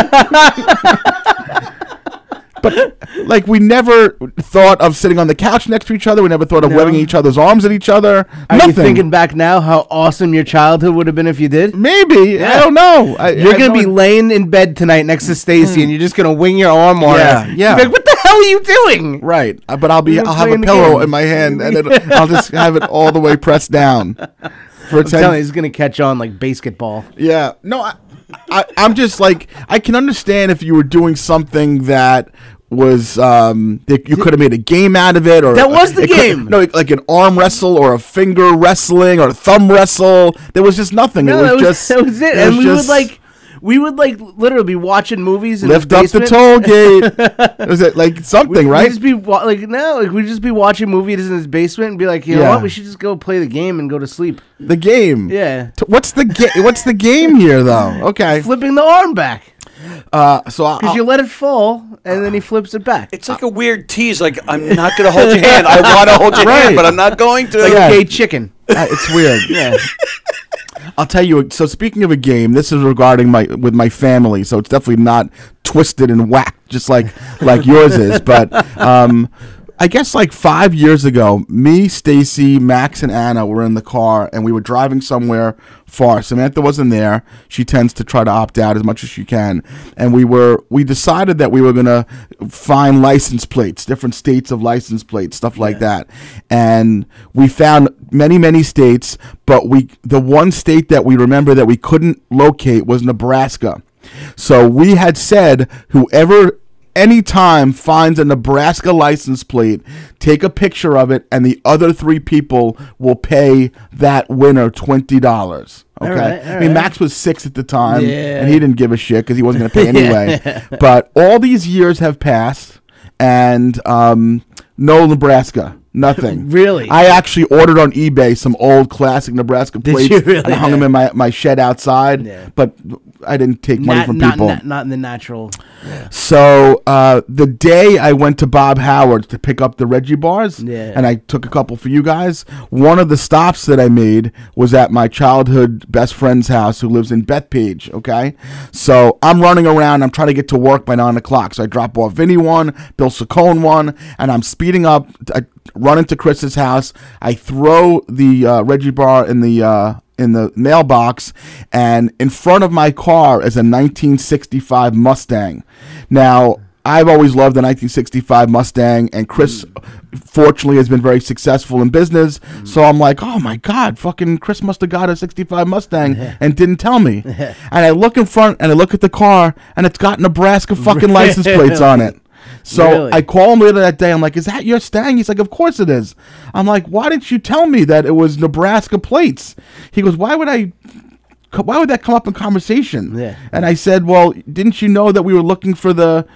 Speaker 1: like, we never thought of sitting on the couch next to each other. We never thought of webbing each other's arms at each other.
Speaker 4: Are
Speaker 1: Nothing.
Speaker 4: you thinking back now how awesome your childhood would have been if you did?
Speaker 1: Maybe I don't know. I,
Speaker 4: You're
Speaker 1: I
Speaker 4: gonna be
Speaker 1: don't-
Speaker 4: laying in bed tonight next to Stacy, and you're just gonna wing your arm on
Speaker 1: Yeah,
Speaker 4: her.
Speaker 1: yeah.
Speaker 4: You'll be Like, what the hell are you doing?
Speaker 1: right, uh, but I'll be.
Speaker 4: You're
Speaker 1: I'll have a
Speaker 4: playing the
Speaker 1: pillow
Speaker 4: game.
Speaker 1: in my hand, and it, I'll just have it all the way pressed down for
Speaker 4: I'm telling you,
Speaker 1: ten.
Speaker 4: he's gonna catch on like basketball.
Speaker 1: Yeah, no, I, I, I'm just like I can understand if you were doing something that was um that you could have made a game out of it or
Speaker 4: That was the
Speaker 1: it could-
Speaker 4: game.
Speaker 1: no like an arm wrestle or a finger wrestling or a thumb wrestle there was just nothing
Speaker 4: No,
Speaker 1: it was,
Speaker 4: that was,
Speaker 1: just
Speaker 4: that was it. And
Speaker 1: was
Speaker 4: we
Speaker 1: just
Speaker 4: would like, we would like literally be watching movies. In
Speaker 1: lift
Speaker 4: the
Speaker 1: up the
Speaker 4: basement.
Speaker 1: toll gate was it like something
Speaker 4: We'd
Speaker 1: right
Speaker 4: just be wa- like, no, like we'd just be watching movies in his basement and be like, you know
Speaker 1: Yeah.
Speaker 4: what? We should just go play the game and go to sleep.
Speaker 1: the game
Speaker 4: Yeah.
Speaker 1: T- what's the game what's the game here though okay
Speaker 4: Flipping the arm back
Speaker 1: uh so I,
Speaker 4: because you let it fall and then he flips it back.
Speaker 6: It's like a weird tease. Like I'm not gonna hold your hand. I want to hold your
Speaker 1: Right.
Speaker 6: hand, but I'm not going to.
Speaker 1: Yeah.
Speaker 4: Gay chicken.
Speaker 1: Uh, it's weird. yeah. I'll tell you. So speaking of a game, this is regarding my with my family. So it's definitely not twisted and whacked, just like like yours is. But um, I guess like five years ago, me, Stacy, Max, and Anna were in the car, and we were driving somewhere far. Samantha wasn't there. She tends to try to opt out as much as she can, and we were we decided that we were gonna find license plates, different states of license plates, stuff like that, and we found many many states, but we the one state that we remember that we couldn't locate was Nebraska. So we had said whoever anytime finds a Nebraska license plate, take a picture of it, and the other three people will pay that winner twenty dollars. Okay,
Speaker 4: right, all
Speaker 1: I mean
Speaker 4: right.
Speaker 1: Max was six at the time,
Speaker 4: Yeah.
Speaker 1: and he didn't give a shit because he wasn't going to pay anyway. But all these years have passed. and um, no Nebraska. Nothing.
Speaker 4: Really?
Speaker 1: I actually ordered on eBay some old classic Nebraska plates
Speaker 4: you really?
Speaker 1: and hung them in my, my shed outside.
Speaker 4: Yeah.
Speaker 1: But I didn't take money
Speaker 4: Not,
Speaker 1: from
Speaker 4: not,
Speaker 1: people.
Speaker 4: not, not in the natural.
Speaker 1: So uh, the day I went to Bob Howard's to pick up the Reggie bars,
Speaker 4: Yeah.
Speaker 1: and I took a couple for you guys. One of the stops that I made was at my childhood best friend's house, who lives in Bethpage. Okay, so I'm running around. I'm trying to get to work by nine o'clock. So I drop off Vinny one, Bill Saccone one, and I'm speeding up. I run into Chris's house. I throw the uh, Reggie bar in the. Uh, in the mailbox, and in front of my car is a 1965 Mustang. Now, I've always loved the 1965 Mustang, and Chris, fortunately, has been very successful in business. So I'm like, oh my God, fucking Chris must have got a 65 Mustang and didn't tell me. and I look in front and I look at the car, and it's got Nebraska fucking license plates on it. So
Speaker 4: Really?
Speaker 1: I call him later that day. I'm like, "Is that your stang?" He's like, "Of course it is." I'm like, "Why didn't you tell me that it was Nebraska plates?" He goes, "Why would I? co- Why would that come up in conversation?"
Speaker 4: Yeah.
Speaker 1: And I said, "Well, didn't you know that we were looking for the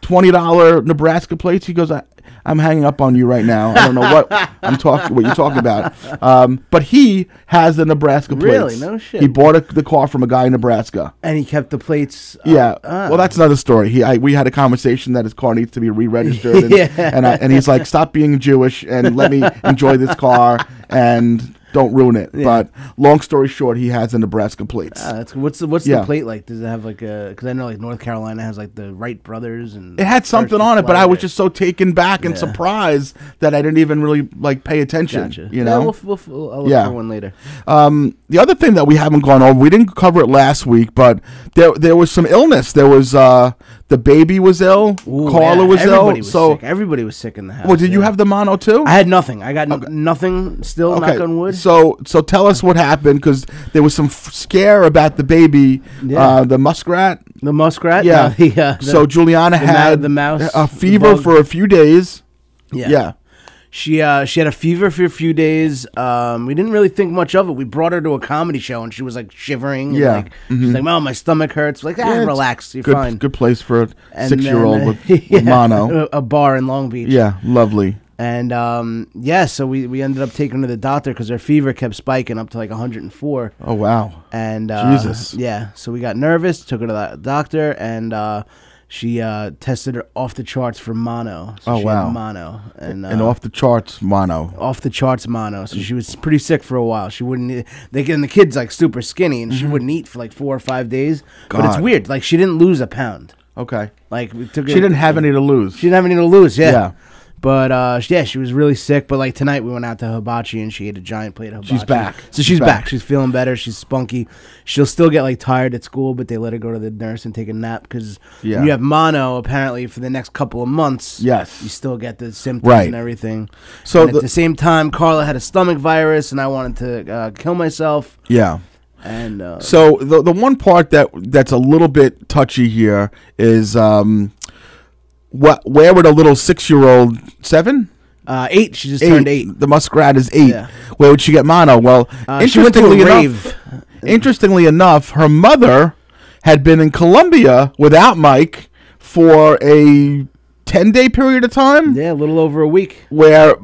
Speaker 1: twenty dollar Nebraska plates?" He goes, I, "I'm hanging up on you right now. I don't know what I'm talking what you're talking about." Um, but he has the Nebraska plates.
Speaker 4: Really? No shit.
Speaker 1: He bought a, the car from a guy in Nebraska.
Speaker 4: And he kept the plates. up.
Speaker 1: Yeah.
Speaker 4: Ah.
Speaker 1: well, that's another story. He, I, we had a conversation that his car needs to be re-registered, and,
Speaker 4: Yeah.
Speaker 1: and, I, and he's like, "Stop being Jewish and let me enjoy this car and don't ruin it." But long story short, he has the Nebraska plates.
Speaker 4: Ah, that's, what's the what's
Speaker 1: Yeah.
Speaker 4: the plate like? Does it have like a? Because I know like North Carolina has like the Wright brothers and
Speaker 1: it had something on it, but I was just so taken back and
Speaker 4: Yeah.
Speaker 1: surprised that I didn't even really like pay attention.
Speaker 4: gotcha.
Speaker 1: You know,
Speaker 4: yeah, we'll, we'll, we'll, I'll look
Speaker 1: Yeah.
Speaker 4: for one later.
Speaker 1: Um, the other thing that we haven't gone over, we didn't cover it last week, but there there was some illness. There was uh, the baby was ill,
Speaker 4: Ooh,
Speaker 1: Carla
Speaker 4: yeah,
Speaker 1: was ill.
Speaker 4: everybody
Speaker 1: so,
Speaker 4: sick. everybody was sick in the house.
Speaker 1: well, did you
Speaker 4: yeah.
Speaker 1: have the mono too?
Speaker 4: I had nothing. I got n- nothing. Still, knock on wood.
Speaker 1: So, so tell us what happened because there was some f- scare about the baby,
Speaker 4: Yeah.
Speaker 1: uh, the muskrat.
Speaker 4: the muskrat.
Speaker 1: Yeah.
Speaker 4: no, the, uh, the-
Speaker 1: so Juliana
Speaker 4: the ma-
Speaker 1: had
Speaker 4: the mouse,
Speaker 1: a
Speaker 4: the
Speaker 1: fever
Speaker 4: bug.
Speaker 1: for a few days.
Speaker 4: yeah.
Speaker 1: Yeah.
Speaker 4: She uh, she had a fever for a few days. Um, we didn't really think much of it. We brought her to a comedy show and she was like shivering. and,
Speaker 1: Yeah. Mm-hmm.
Speaker 4: like, she's like, "Well, my stomach hurts." We're like, ah,
Speaker 1: Yeah, it's
Speaker 4: relax, you're
Speaker 1: good,
Speaker 4: fine.
Speaker 1: Good place for a
Speaker 4: And then,
Speaker 1: six-year-old with, with
Speaker 4: yeah,
Speaker 1: mono.
Speaker 4: a- a bar in Long Beach.
Speaker 1: Yeah, lovely.
Speaker 4: And um, yeah, so we, we ended up taking her to the doctor because her fever kept spiking up to like 104.
Speaker 1: Oh wow.
Speaker 4: And uh,
Speaker 1: Jesus.
Speaker 4: yeah, so we got nervous, took her to the doctor, and uh, she uh, tested her off the charts for mono. So
Speaker 1: Oh,
Speaker 4: she
Speaker 1: wow.
Speaker 4: had mono and, uh,
Speaker 1: and off Mm. the charts mono.
Speaker 4: off the charts mono. So she was pretty sick for a while. She wouldn't. eat- They and the kid's like super skinny, and she wouldn't eat for like four or five days. But it's
Speaker 1: Mm-hmm. God.
Speaker 4: weird. Like she didn't lose a pound.
Speaker 1: Okay.
Speaker 4: Like we took
Speaker 1: She
Speaker 4: her-
Speaker 1: didn't have any to lose.
Speaker 4: She didn't have anything to lose. Yeah.
Speaker 1: Yeah.
Speaker 4: But uh, sh- yeah, she was really sick. But like tonight, we went out to hibachi and she ate a giant plate of hibachi.
Speaker 1: She's back.
Speaker 4: So she's,
Speaker 1: She's
Speaker 4: back.
Speaker 1: back.
Speaker 4: She's feeling better. She's spunky. She'll still get like tired at school, but they let her go to the nurse and take a nap because
Speaker 1: Yeah.
Speaker 4: you have mono apparently for the next couple of months.
Speaker 1: Yes.
Speaker 4: You still get the symptoms
Speaker 1: Right.
Speaker 4: and everything.
Speaker 1: So
Speaker 4: And at
Speaker 1: the-
Speaker 4: the same time, Carla had a stomach virus, and I wanted to uh, kill myself.
Speaker 1: yeah.
Speaker 4: And uh,
Speaker 1: So the the one part that that's a little bit touchy here is um, what where would a little six year old seven?
Speaker 4: uh, eight, she just turned eight.
Speaker 1: The muskrat is eight.
Speaker 4: Yeah.
Speaker 1: Where would she get mono? Well,
Speaker 4: Uh, she went to a
Speaker 1: interestingly
Speaker 4: rave.
Speaker 1: enough, interestingly enough, her mother had been in Colombia without Mike for a ten day period of time
Speaker 4: Yeah, a little over a week.
Speaker 1: where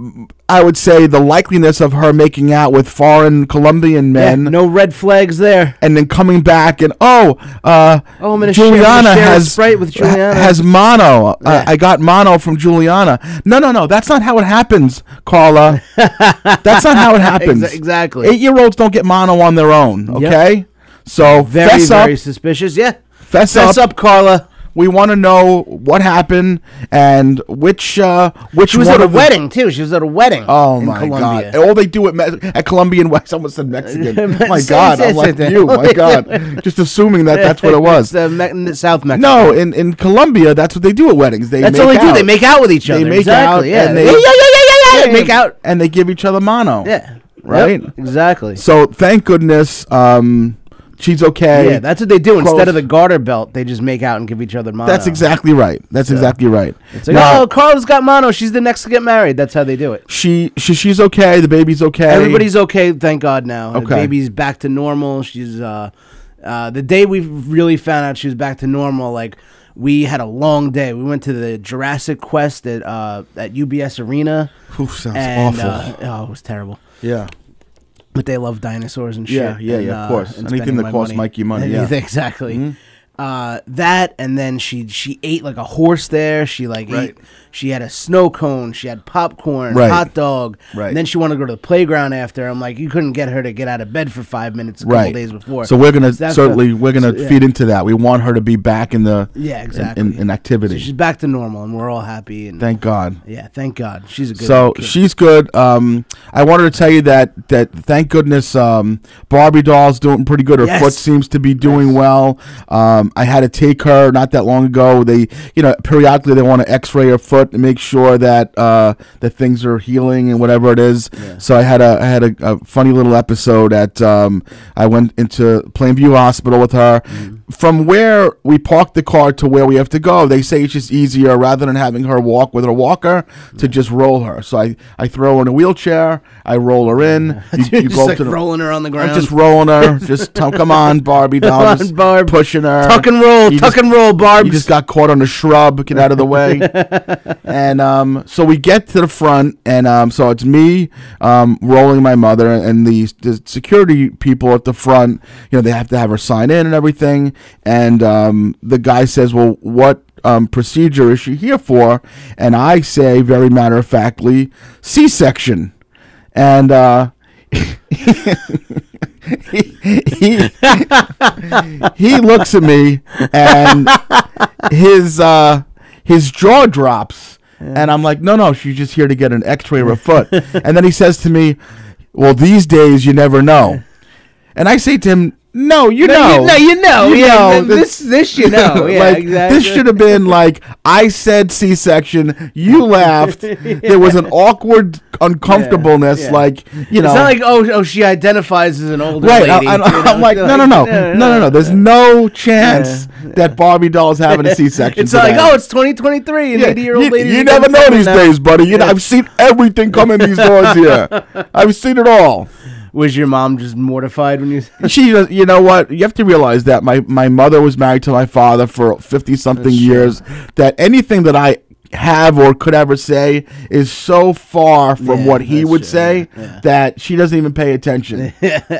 Speaker 1: I would say the likeliness of her making out with foreign Colombian
Speaker 4: Yeah,
Speaker 1: men
Speaker 4: no red flags there.
Speaker 1: and then coming back and oh, uh,
Speaker 4: Oh, I'm gonna share- I'm gonna
Speaker 1: Juliana
Speaker 4: share a
Speaker 1: has
Speaker 4: Sprite with
Speaker 1: ha-
Speaker 4: Juliana.
Speaker 1: has mono.
Speaker 4: Yeah.
Speaker 1: Uh, I got mono from Juliana. No, no, no, that's not how it happens, Carla. that's not how it happens.
Speaker 4: Exa- exactly.
Speaker 1: Eight year olds don't get mono on their own. Okay, so
Speaker 4: Very,
Speaker 1: fess
Speaker 4: very
Speaker 1: up,
Speaker 4: suspicious. Yeah.
Speaker 1: fess,
Speaker 4: Fess up, Carla.
Speaker 1: We want to know what happened and which uh, which
Speaker 4: She was
Speaker 1: one
Speaker 4: at a
Speaker 1: of the-
Speaker 4: wedding, too. She was at a wedding.
Speaker 1: Oh
Speaker 4: in
Speaker 1: my
Speaker 4: Colombia.
Speaker 1: god! All they do at Me- at Colombian West, almost said Mexican.
Speaker 4: But
Speaker 1: my
Speaker 4: same-
Speaker 1: god!
Speaker 4: same
Speaker 1: I'm like
Speaker 4: thing.
Speaker 1: you.
Speaker 4: All they
Speaker 1: My god! Just assuming that that's what it was.
Speaker 4: It's, uh, Me- South Mexico.
Speaker 1: No, in in Colombia, that's what they do at weddings. They
Speaker 4: That's
Speaker 1: make
Speaker 4: all they do.
Speaker 1: out.
Speaker 4: They make out with each other.
Speaker 1: They make
Speaker 4: exactly.
Speaker 1: out
Speaker 4: yeah.
Speaker 1: and they-
Speaker 4: yeah, yeah, yeah, yeah, yeah. They make out.
Speaker 1: and they give each other mono.
Speaker 4: Yeah.
Speaker 1: Right?
Speaker 4: Yep, exactly.
Speaker 1: So thank goodness, um, she's okay.
Speaker 4: yeah, that's what they do. Instead
Speaker 1: Close.
Speaker 4: of the garter belt, they just make out and give each other mono.
Speaker 1: That's exactly right. That's exactly right.
Speaker 4: It's like,
Speaker 1: Now,
Speaker 4: oh, Carla's got mono. She's the next to get married. That's how they do it.
Speaker 1: she, she she's okay. The baby's okay.
Speaker 4: Everybody's okay, thank God now. The
Speaker 1: Okay.
Speaker 4: baby's back to normal. She's uh, uh, the day we really found out she was back to normal, like we had a long day. We went to the Jurassic Quest at uh, at UBS Arena.
Speaker 1: Oof, sounds
Speaker 4: and,
Speaker 1: awful.
Speaker 4: Uh, oh, it was terrible.
Speaker 1: yeah.
Speaker 4: But they love dinosaurs and shit.
Speaker 1: Yeah, yeah,
Speaker 4: and, uh,
Speaker 1: yeah, of course.
Speaker 4: and
Speaker 1: Anything
Speaker 4: spending
Speaker 1: that
Speaker 4: my
Speaker 1: costs Mikey money, yeah. Mm-hmm.
Speaker 4: Anything- exactly. Uh, that and then she she ate like a horse there. She like
Speaker 1: Right.
Speaker 4: ate. She had a snow cone. She had popcorn,
Speaker 1: Right.
Speaker 4: hot dog.
Speaker 1: Right.
Speaker 4: And then she wanted to go to the playground after. I'm like, you couldn't get her to get out of bed for five minutes a couple
Speaker 1: Right.
Speaker 4: days before.
Speaker 1: So we're gonna
Speaker 4: that's
Speaker 1: certainly
Speaker 4: the-
Speaker 1: we're gonna
Speaker 4: so, yeah.
Speaker 1: feed into that. We want her to be back in the
Speaker 4: Yeah,
Speaker 1: in-
Speaker 4: exactly.
Speaker 1: in, in, activity.
Speaker 4: So she's back to normal, and we're all happy. And
Speaker 1: Thank God.
Speaker 4: yeah, thank God, she's a good.
Speaker 1: So
Speaker 4: kid.
Speaker 1: she's good. Um, I wanted to tell you that that thank goodness um, Barbie doll's doing pretty good. Her
Speaker 4: Yes.
Speaker 1: foot seems to be doing well. Um, I had to take her not that long ago. They you know periodically they want to X-ray her foot to make sure that uh, that things are healing and whatever it is. So I had a I had a, a funny little episode at um, I went into Plainview Hospital with her.
Speaker 4: Mm-hmm.
Speaker 1: From where we parked the car to where we have to go, they say it's just easier rather than having her walk with her walker to just roll her. So I, I throw her in a wheelchair, I roll her in. You,
Speaker 4: Dude, just like
Speaker 1: the-
Speaker 4: rolling her on the ground.
Speaker 1: I'm just rolling her. Just t- come on, Barbie doll.
Speaker 4: on,
Speaker 1: just
Speaker 4: Barb.
Speaker 1: Pushing her.
Speaker 4: tuck and roll,
Speaker 1: You
Speaker 4: tuck
Speaker 1: just-
Speaker 4: and roll, Barb.
Speaker 1: you just got caught on a shrub. Get out of the way. and um, so we get to the front, and um, so it's me um, rolling my mother, and the, the security people at the front. You know, they have to have her sign in and everything. And um, the guy says, "Well, what?" Um, procedure is she here for? And I say very matter of factly, C section. And uh, he, he looks at me and his uh his jaw drops and i'm like no no she's just here to get an x-ray of her foot and then he says to me well these days you never know and i say to him no you
Speaker 4: No,
Speaker 1: know
Speaker 4: you, no, you know,
Speaker 1: You
Speaker 4: yeah,
Speaker 1: know,
Speaker 4: th- this,
Speaker 1: this-
Speaker 4: this, you know, yeah,
Speaker 1: like
Speaker 4: exactly.
Speaker 1: this should have been like I said C-section, you laughed. There was an awkward uncomfortableness,
Speaker 4: yeah.
Speaker 1: like you know.
Speaker 4: It's not like oh, oh, she identifies as an older
Speaker 1: Right.
Speaker 4: lady.
Speaker 1: I,
Speaker 4: you know,
Speaker 1: am like,
Speaker 4: so
Speaker 1: no, no, no, no, no, no. There's no chance that Barbie doll's having a C-section.
Speaker 4: It's like
Speaker 1: today.
Speaker 4: oh, it's 2023, and 80 year
Speaker 1: you,
Speaker 4: old lady.
Speaker 1: you
Speaker 4: is
Speaker 1: never know
Speaker 4: identifying
Speaker 1: these
Speaker 4: now.
Speaker 1: days, buddy. You know, I've seen everything come in these doors here. I've seen it all.
Speaker 4: Was your mom just mortified when you?
Speaker 1: She, does- you know what? You have to realize that my my mother was married to my father for fifty something years. That anything that I have or could ever say is so far from
Speaker 4: Yeah,
Speaker 1: what he
Speaker 4: that's
Speaker 1: would
Speaker 4: true,
Speaker 1: say that she doesn't even pay attention.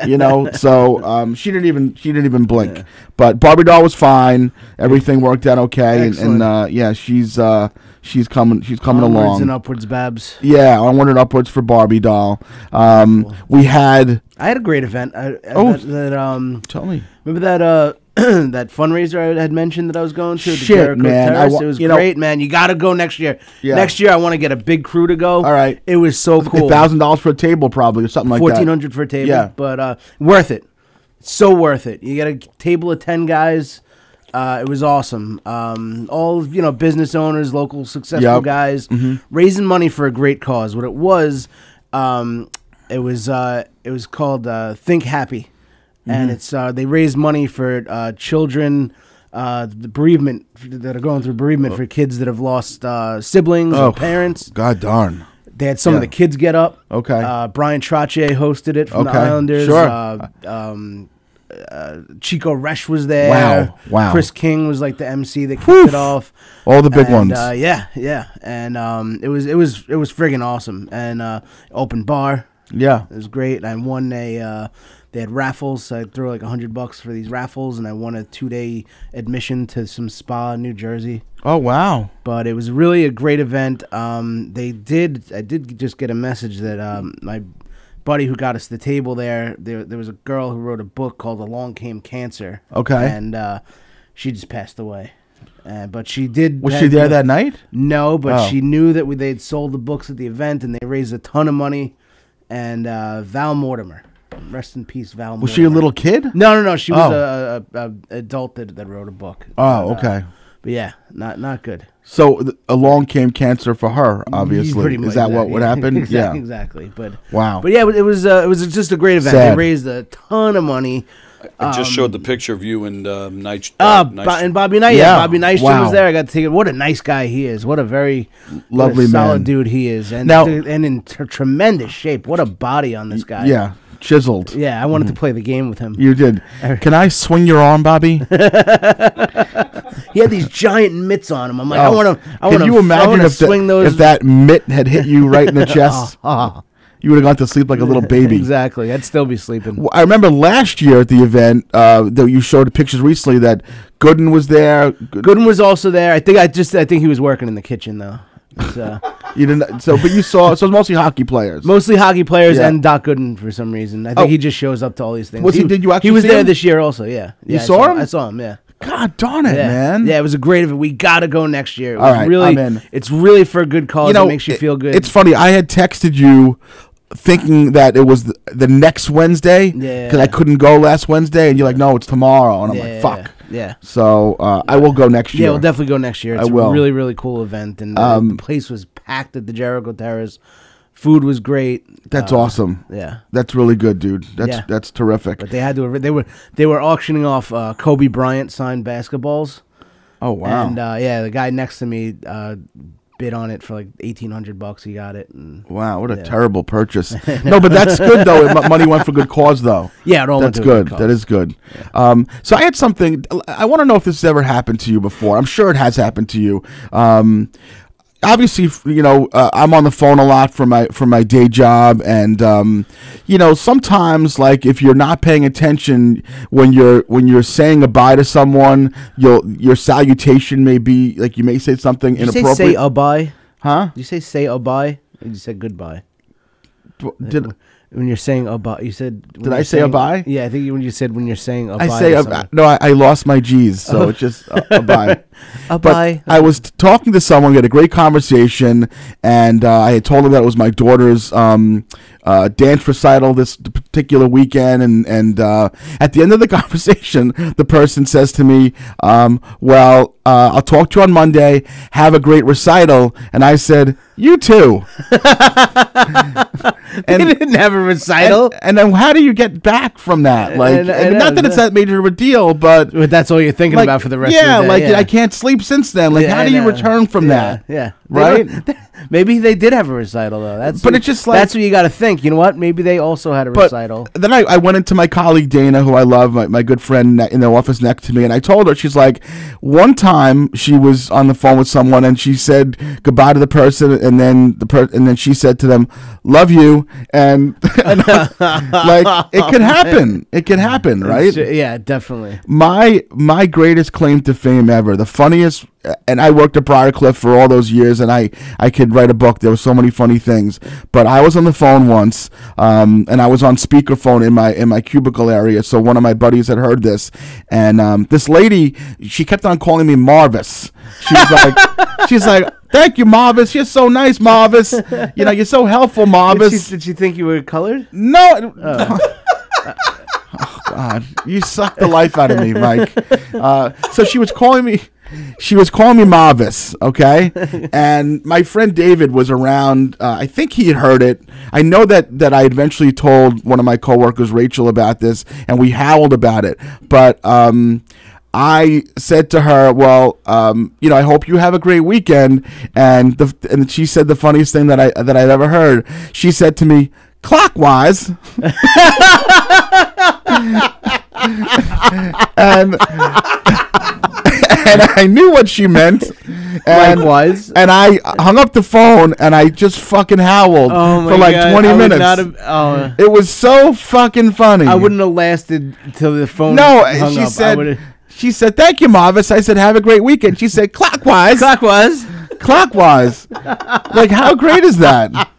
Speaker 1: you know, so um, she didn't even she didn't even blink. But Barbie doll was fine. Everything worked out okay, and, and
Speaker 4: Excellent.
Speaker 1: uh, yeah, she's uh, she's coming she's coming
Speaker 4: Onwards
Speaker 1: along.
Speaker 4: and upwards, Babs.
Speaker 1: Yeah, onward and upwards for Barbie doll. Um, we had
Speaker 4: I had a great event. I,
Speaker 1: Oh.
Speaker 4: oh, that, that, um,
Speaker 1: tell me,
Speaker 4: remember that uh, that fundraiser I had mentioned that I was going to. at the
Speaker 1: Shit,
Speaker 4: Jericho
Speaker 1: man, I
Speaker 4: Terrace?
Speaker 1: wa-
Speaker 4: it was
Speaker 1: you know-
Speaker 4: great, man. You got to go next year.
Speaker 1: Yeah.
Speaker 4: Next year, I want to get a big crew to go.
Speaker 1: All right.
Speaker 4: it was so cool.
Speaker 1: thousand dollars for a table, probably or something like
Speaker 4: fourteen
Speaker 1: that.
Speaker 4: hundred for a table.
Speaker 1: Yeah.
Speaker 4: but uh, worth it. So worth it. You get a table of ten guys. Uh, it was awesome. Um, all you know, business owners, local successful
Speaker 1: Yep. Mm-hmm.
Speaker 4: guys, raising money for a great cause. What it was, um, it was uh, it was called uh, Think Happy,
Speaker 1: Mm-hmm.
Speaker 4: and it's uh, they raise money for uh, children. Uh, the bereavement that are going through bereavement for kids that have lost uh, siblings
Speaker 1: Oh.
Speaker 4: or parents.
Speaker 1: God darn.
Speaker 4: They had some of
Speaker 1: Yeah.
Speaker 4: the kids get up.
Speaker 1: Okay.
Speaker 4: Uh, Brian Trache hosted it from
Speaker 1: Okay,
Speaker 4: the Islanders.
Speaker 1: sure.
Speaker 4: Uh, um, uh, Chico Resch was there.
Speaker 1: Wow, wow.
Speaker 4: Chris King was like the MC that kicked
Speaker 1: Whew.
Speaker 4: it off.
Speaker 1: All the big
Speaker 4: And,
Speaker 1: ones.
Speaker 4: Uh, yeah, yeah, and um, it was it was it was friggin' awesome. And uh, open bar.
Speaker 1: yeah.
Speaker 4: It was great. I won a. Uh, they had raffles. So I threw like a hundred bucks for these raffles, and I won a two-day admission to some spa in New Jersey
Speaker 1: Oh wow.
Speaker 4: but it was really a great event. Um, they did. I did just get a message that um, my buddy who got us the table there, there, there was a girl who wrote a book called "Along Came Cancer."
Speaker 1: Okay.
Speaker 4: and uh, she just passed away. Uh, but she did.
Speaker 1: Was she there that night?
Speaker 4: No, but
Speaker 1: Oh.
Speaker 4: she knew that we, they'd sold the books at the event, and they raised a ton of money. And uh, Val Mortimer, rest in peace, Val.
Speaker 1: Was she a little kid?
Speaker 4: No, no, no. She was
Speaker 1: Oh.
Speaker 4: a, a, a adult that, that wrote a book.
Speaker 1: Oh,
Speaker 4: But, uh,
Speaker 1: okay.
Speaker 4: but yeah, not not good.
Speaker 1: So th- along came cancer for her. Obviously,
Speaker 4: Pretty
Speaker 1: is
Speaker 4: much,
Speaker 1: that what
Speaker 4: exactly.
Speaker 1: would happen?
Speaker 4: exactly,
Speaker 1: yeah.
Speaker 4: exactly. But
Speaker 1: Wow.
Speaker 4: But yeah, it was uh, it was just a great event.
Speaker 1: Sad.
Speaker 4: They raised a ton of money.
Speaker 6: I just showed the picture of you and um, Night.
Speaker 4: Uh,
Speaker 6: Night-
Speaker 4: Bo- and Bobby Knight,
Speaker 1: Yeah.
Speaker 4: yeah, Bobby Knight
Speaker 1: Wow.
Speaker 4: was there. I got to take it. What a nice guy he is. What a very what a
Speaker 1: Lovely man.
Speaker 4: solid dude he is. And
Speaker 1: Now-
Speaker 4: and in t- tremendous shape. What a body on this guy.
Speaker 1: Yeah. Mm-hmm. Chiseled.
Speaker 4: yeah. I wanted to play the game with him.
Speaker 1: You did. Can I swing your arm, Bobby?
Speaker 4: He had these giant mitts on him. I'm like, I
Speaker 1: Oh,
Speaker 4: want to. I
Speaker 1: Can
Speaker 4: want to.
Speaker 1: you imagine if, the-
Speaker 4: swing those?
Speaker 1: if that mitt had hit you right in the chest? you would have gone to sleep like a little baby.
Speaker 4: exactly, I'd still be sleeping.
Speaker 1: Well, I remember last year at the event, uh, though you showed pictures recently that Gooden was there. Good-
Speaker 4: Gooden was also there. I think I just. I think he was working in the kitchen though. It's, uh,
Speaker 1: You didn't, so, but you saw. So it was mostly hockey players.
Speaker 4: mostly hockey players
Speaker 1: Yeah.
Speaker 4: and Doc Gooden for some reason. I think
Speaker 1: Oh.
Speaker 4: he just shows up to all these things.
Speaker 1: Was he- did you actually
Speaker 4: He was
Speaker 1: see
Speaker 4: there
Speaker 1: him?
Speaker 4: this year also. Yeah, you
Speaker 1: saw him?
Speaker 4: I saw him. Yeah.
Speaker 1: God darn it,
Speaker 4: Yeah.
Speaker 1: man!
Speaker 4: Yeah, it was a great event. We gotta go next year. It
Speaker 1: All
Speaker 4: was
Speaker 1: right,
Speaker 4: really,
Speaker 1: I'm in.
Speaker 4: it's really for a good cause. it makes you
Speaker 1: it-
Speaker 4: feel good.
Speaker 1: It's funny. I had texted you thinking that it was the, the next Wednesday because
Speaker 4: Yeah.
Speaker 1: I couldn't go last Wednesday, and you're like, "No, it's tomorrow," and I'm
Speaker 4: Yeah,
Speaker 1: like, "Fuck."
Speaker 4: yeah.
Speaker 1: So uh, I will go next year.
Speaker 4: Yeah, we'll definitely go next year. It's
Speaker 1: will. Um,
Speaker 4: a really, really cool event, and uh, the place was packed at the Jericho Terrace. Food was great.
Speaker 1: That's
Speaker 4: Uh,
Speaker 1: awesome.
Speaker 4: Yeah,
Speaker 1: That's really good, dude. That's
Speaker 4: Yeah.
Speaker 1: that's terrific.
Speaker 4: but they had to. They were they were auctioning off uh, Kobe Bryant signed basketballs,
Speaker 1: oh wow.
Speaker 4: and uh, yeah, the guy next to me uh, bid on it for like eighteen hundred bucks. He got it. And,
Speaker 1: Wow, what a terrible purchase. no, but that's good though. It- Money went for good cause though.
Speaker 4: Yeah, it all went
Speaker 1: that's
Speaker 4: to a
Speaker 1: good.
Speaker 4: good
Speaker 1: That
Speaker 4: cause.
Speaker 1: is good. Um, so I had something. I want to know if this has ever happened to you before. I'm sure it has happened to you. Um, obviously, f- you know uh, I'm on the phone a lot for my for my day job, and um, you know sometimes like if you're not paying attention when you're when you're saying goodbye to someone, your your salutation may be like you may say something
Speaker 4: Did you say oh.
Speaker 1: inappropriate.
Speaker 4: say a bye?
Speaker 1: huh?
Speaker 4: Did you say say a bye? Or you said goodbye. Uh,
Speaker 1: Did,
Speaker 4: When you're saying a bye, you said. when
Speaker 1: Did I
Speaker 4: you're
Speaker 1: say a
Speaker 4: saying-
Speaker 1: bye?
Speaker 4: Yeah, I think you- when you said when you're saying a
Speaker 1: I
Speaker 4: bye.
Speaker 1: say
Speaker 4: to
Speaker 1: uh,
Speaker 4: someone.
Speaker 1: no. I, I lost my G's, so it's just uh, a bye.
Speaker 4: a
Speaker 1: But
Speaker 4: Oh. bye.
Speaker 1: I was t- talking to someone. We had a great conversation, and uh, I had told him that it was my daughter's um, uh, dance recital this t- particular weekend. And and uh, at the end of the conversation, the person says to me, um, "Well, uh, I'll talk to you on Monday. Have a great recital." And I said, "You too."
Speaker 4: They didn't have a recital.
Speaker 1: And, and then how do you get back from that? Like,
Speaker 4: And-
Speaker 1: I mean,
Speaker 4: I
Speaker 1: not
Speaker 4: know,
Speaker 1: that it's
Speaker 4: yeah.
Speaker 1: that major of a deal, but
Speaker 4: But that's all you're thinking
Speaker 1: like,
Speaker 4: about for the rest
Speaker 1: yeah,
Speaker 4: of the day.
Speaker 1: like I can't sleep since then. Like,
Speaker 4: Yeah,
Speaker 1: how
Speaker 4: I
Speaker 1: do you
Speaker 4: know.
Speaker 1: return from
Speaker 4: Yeah,
Speaker 1: that?
Speaker 4: Yeah. They
Speaker 1: Right?
Speaker 4: don't- Maybe they did have a recital though. That's
Speaker 1: But
Speaker 4: what-
Speaker 1: it's just like-
Speaker 4: that's what you got to think. You know what? Maybe they also had a
Speaker 1: But
Speaker 4: recital.
Speaker 1: then I, I went into my colleague Dana, who I love, my, my good friend ne- in the office next to me, and I told her, she's like, one time she was on the phone with someone and she said goodbye to the person, and then the per- and then she said to them, love you. And, and I- like, it could happen. It could happen, right?
Speaker 4: Sure, Yeah, definitely.
Speaker 1: my my greatest claim to fame ever the funniest and i worked at briarcliff for all those years and i i could write a book there were so many funny things but i was on the phone once um, and i was on speakerphone in my in my cubicle area so one of my buddies had heard this and um, this lady she kept on calling me marvis she's like she's like thank you marvis you're so nice marvis you know you're so helpful
Speaker 4: Did
Speaker 1: marvis
Speaker 4: she, did she think you were colored?
Speaker 1: no. it- oh God, you sucked the life out of me, Mike. Uh, so she was calling me. She was calling me Marvis, okay? And my friend David was around. Uh, I think he had heard it. I know that that I eventually told one of my coworkers, Rachel, about this, and we howled about it. But um, I said to her, "Well, um, you know, I hope you have a great weekend." And the and she said the funniest thing that I that I'd ever heard. She said to me, "Clockwise." and and I knew what she meant. And,
Speaker 4: Likewise.
Speaker 1: and I hung up the phone and I just fucking howled
Speaker 4: Oh my
Speaker 1: for like
Speaker 4: God,
Speaker 1: twenty
Speaker 4: I would
Speaker 1: minutes.
Speaker 4: not have- oh,
Speaker 1: it was so fucking funny.
Speaker 4: I wouldn't have lasted till the phone.
Speaker 1: No,
Speaker 4: hung
Speaker 1: she
Speaker 4: up. I
Speaker 1: said.
Speaker 4: would've-
Speaker 1: She said, "Thank you, Marvis." I said, "Have a great weekend." She said, "Clockwise,
Speaker 4: clockwise.
Speaker 1: clockwise." like, how great is that?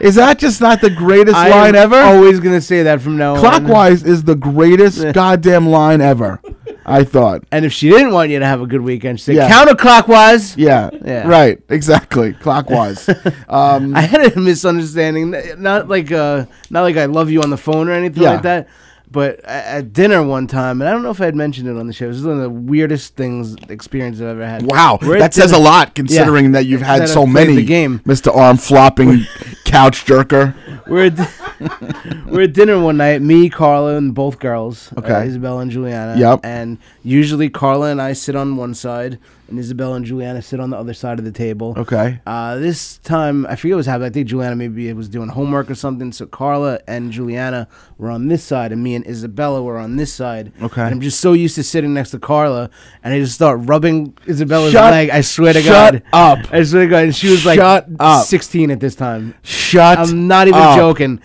Speaker 1: Is that just not the greatest
Speaker 4: I
Speaker 1: line
Speaker 4: am
Speaker 1: ever?
Speaker 4: Always gonna say that from now on.
Speaker 1: clockwise is the greatest goddamn line ever. I thought.
Speaker 4: And if she didn't want you to have a good weekend, she said
Speaker 1: Yeah.
Speaker 4: counterclockwise.
Speaker 1: Yeah,
Speaker 4: Yeah.
Speaker 1: Right. Exactly. Clockwise. um,
Speaker 4: I had a misunderstanding. n- Not like uh, not like I love you on the phone or anything
Speaker 1: Yeah.
Speaker 4: like that. But a- at dinner one time, and I don't know if I had mentioned it on the show. This is one of the weirdest things experiences I've ever had.
Speaker 1: wow,
Speaker 4: We're at
Speaker 1: that says a
Speaker 4: dinner-
Speaker 1: lot considering that you've had
Speaker 4: That
Speaker 1: so
Speaker 4: I've played
Speaker 1: many.
Speaker 4: the game.
Speaker 1: Mr. Arm flopping couch jerker.
Speaker 4: we're at, di- we're at dinner one night. Me, Carla, and both girls. uh,
Speaker 1: Okay.
Speaker 4: Isabella and Juliana.
Speaker 1: Yep.
Speaker 4: And usually Carla and I sit on one side, and Isabella and Juliana sit on the other side of the table.
Speaker 1: Okay.
Speaker 4: Uh, this time, I forget what was happening. I think Juliana maybe was doing homework or something. So Carla and Juliana were on this side, and me and Isabella were on this side.
Speaker 1: Okay.
Speaker 4: And I'm just so used to sitting next to Carla, and I just start rubbing Isabella's
Speaker 1: Shut-
Speaker 4: leg. I swear to
Speaker 1: shut
Speaker 4: God.
Speaker 1: up.
Speaker 4: I swear to God. And she was like
Speaker 1: Shut up.
Speaker 4: 16 at this time.
Speaker 1: Shut.
Speaker 4: I'm not even
Speaker 1: up.
Speaker 4: joking.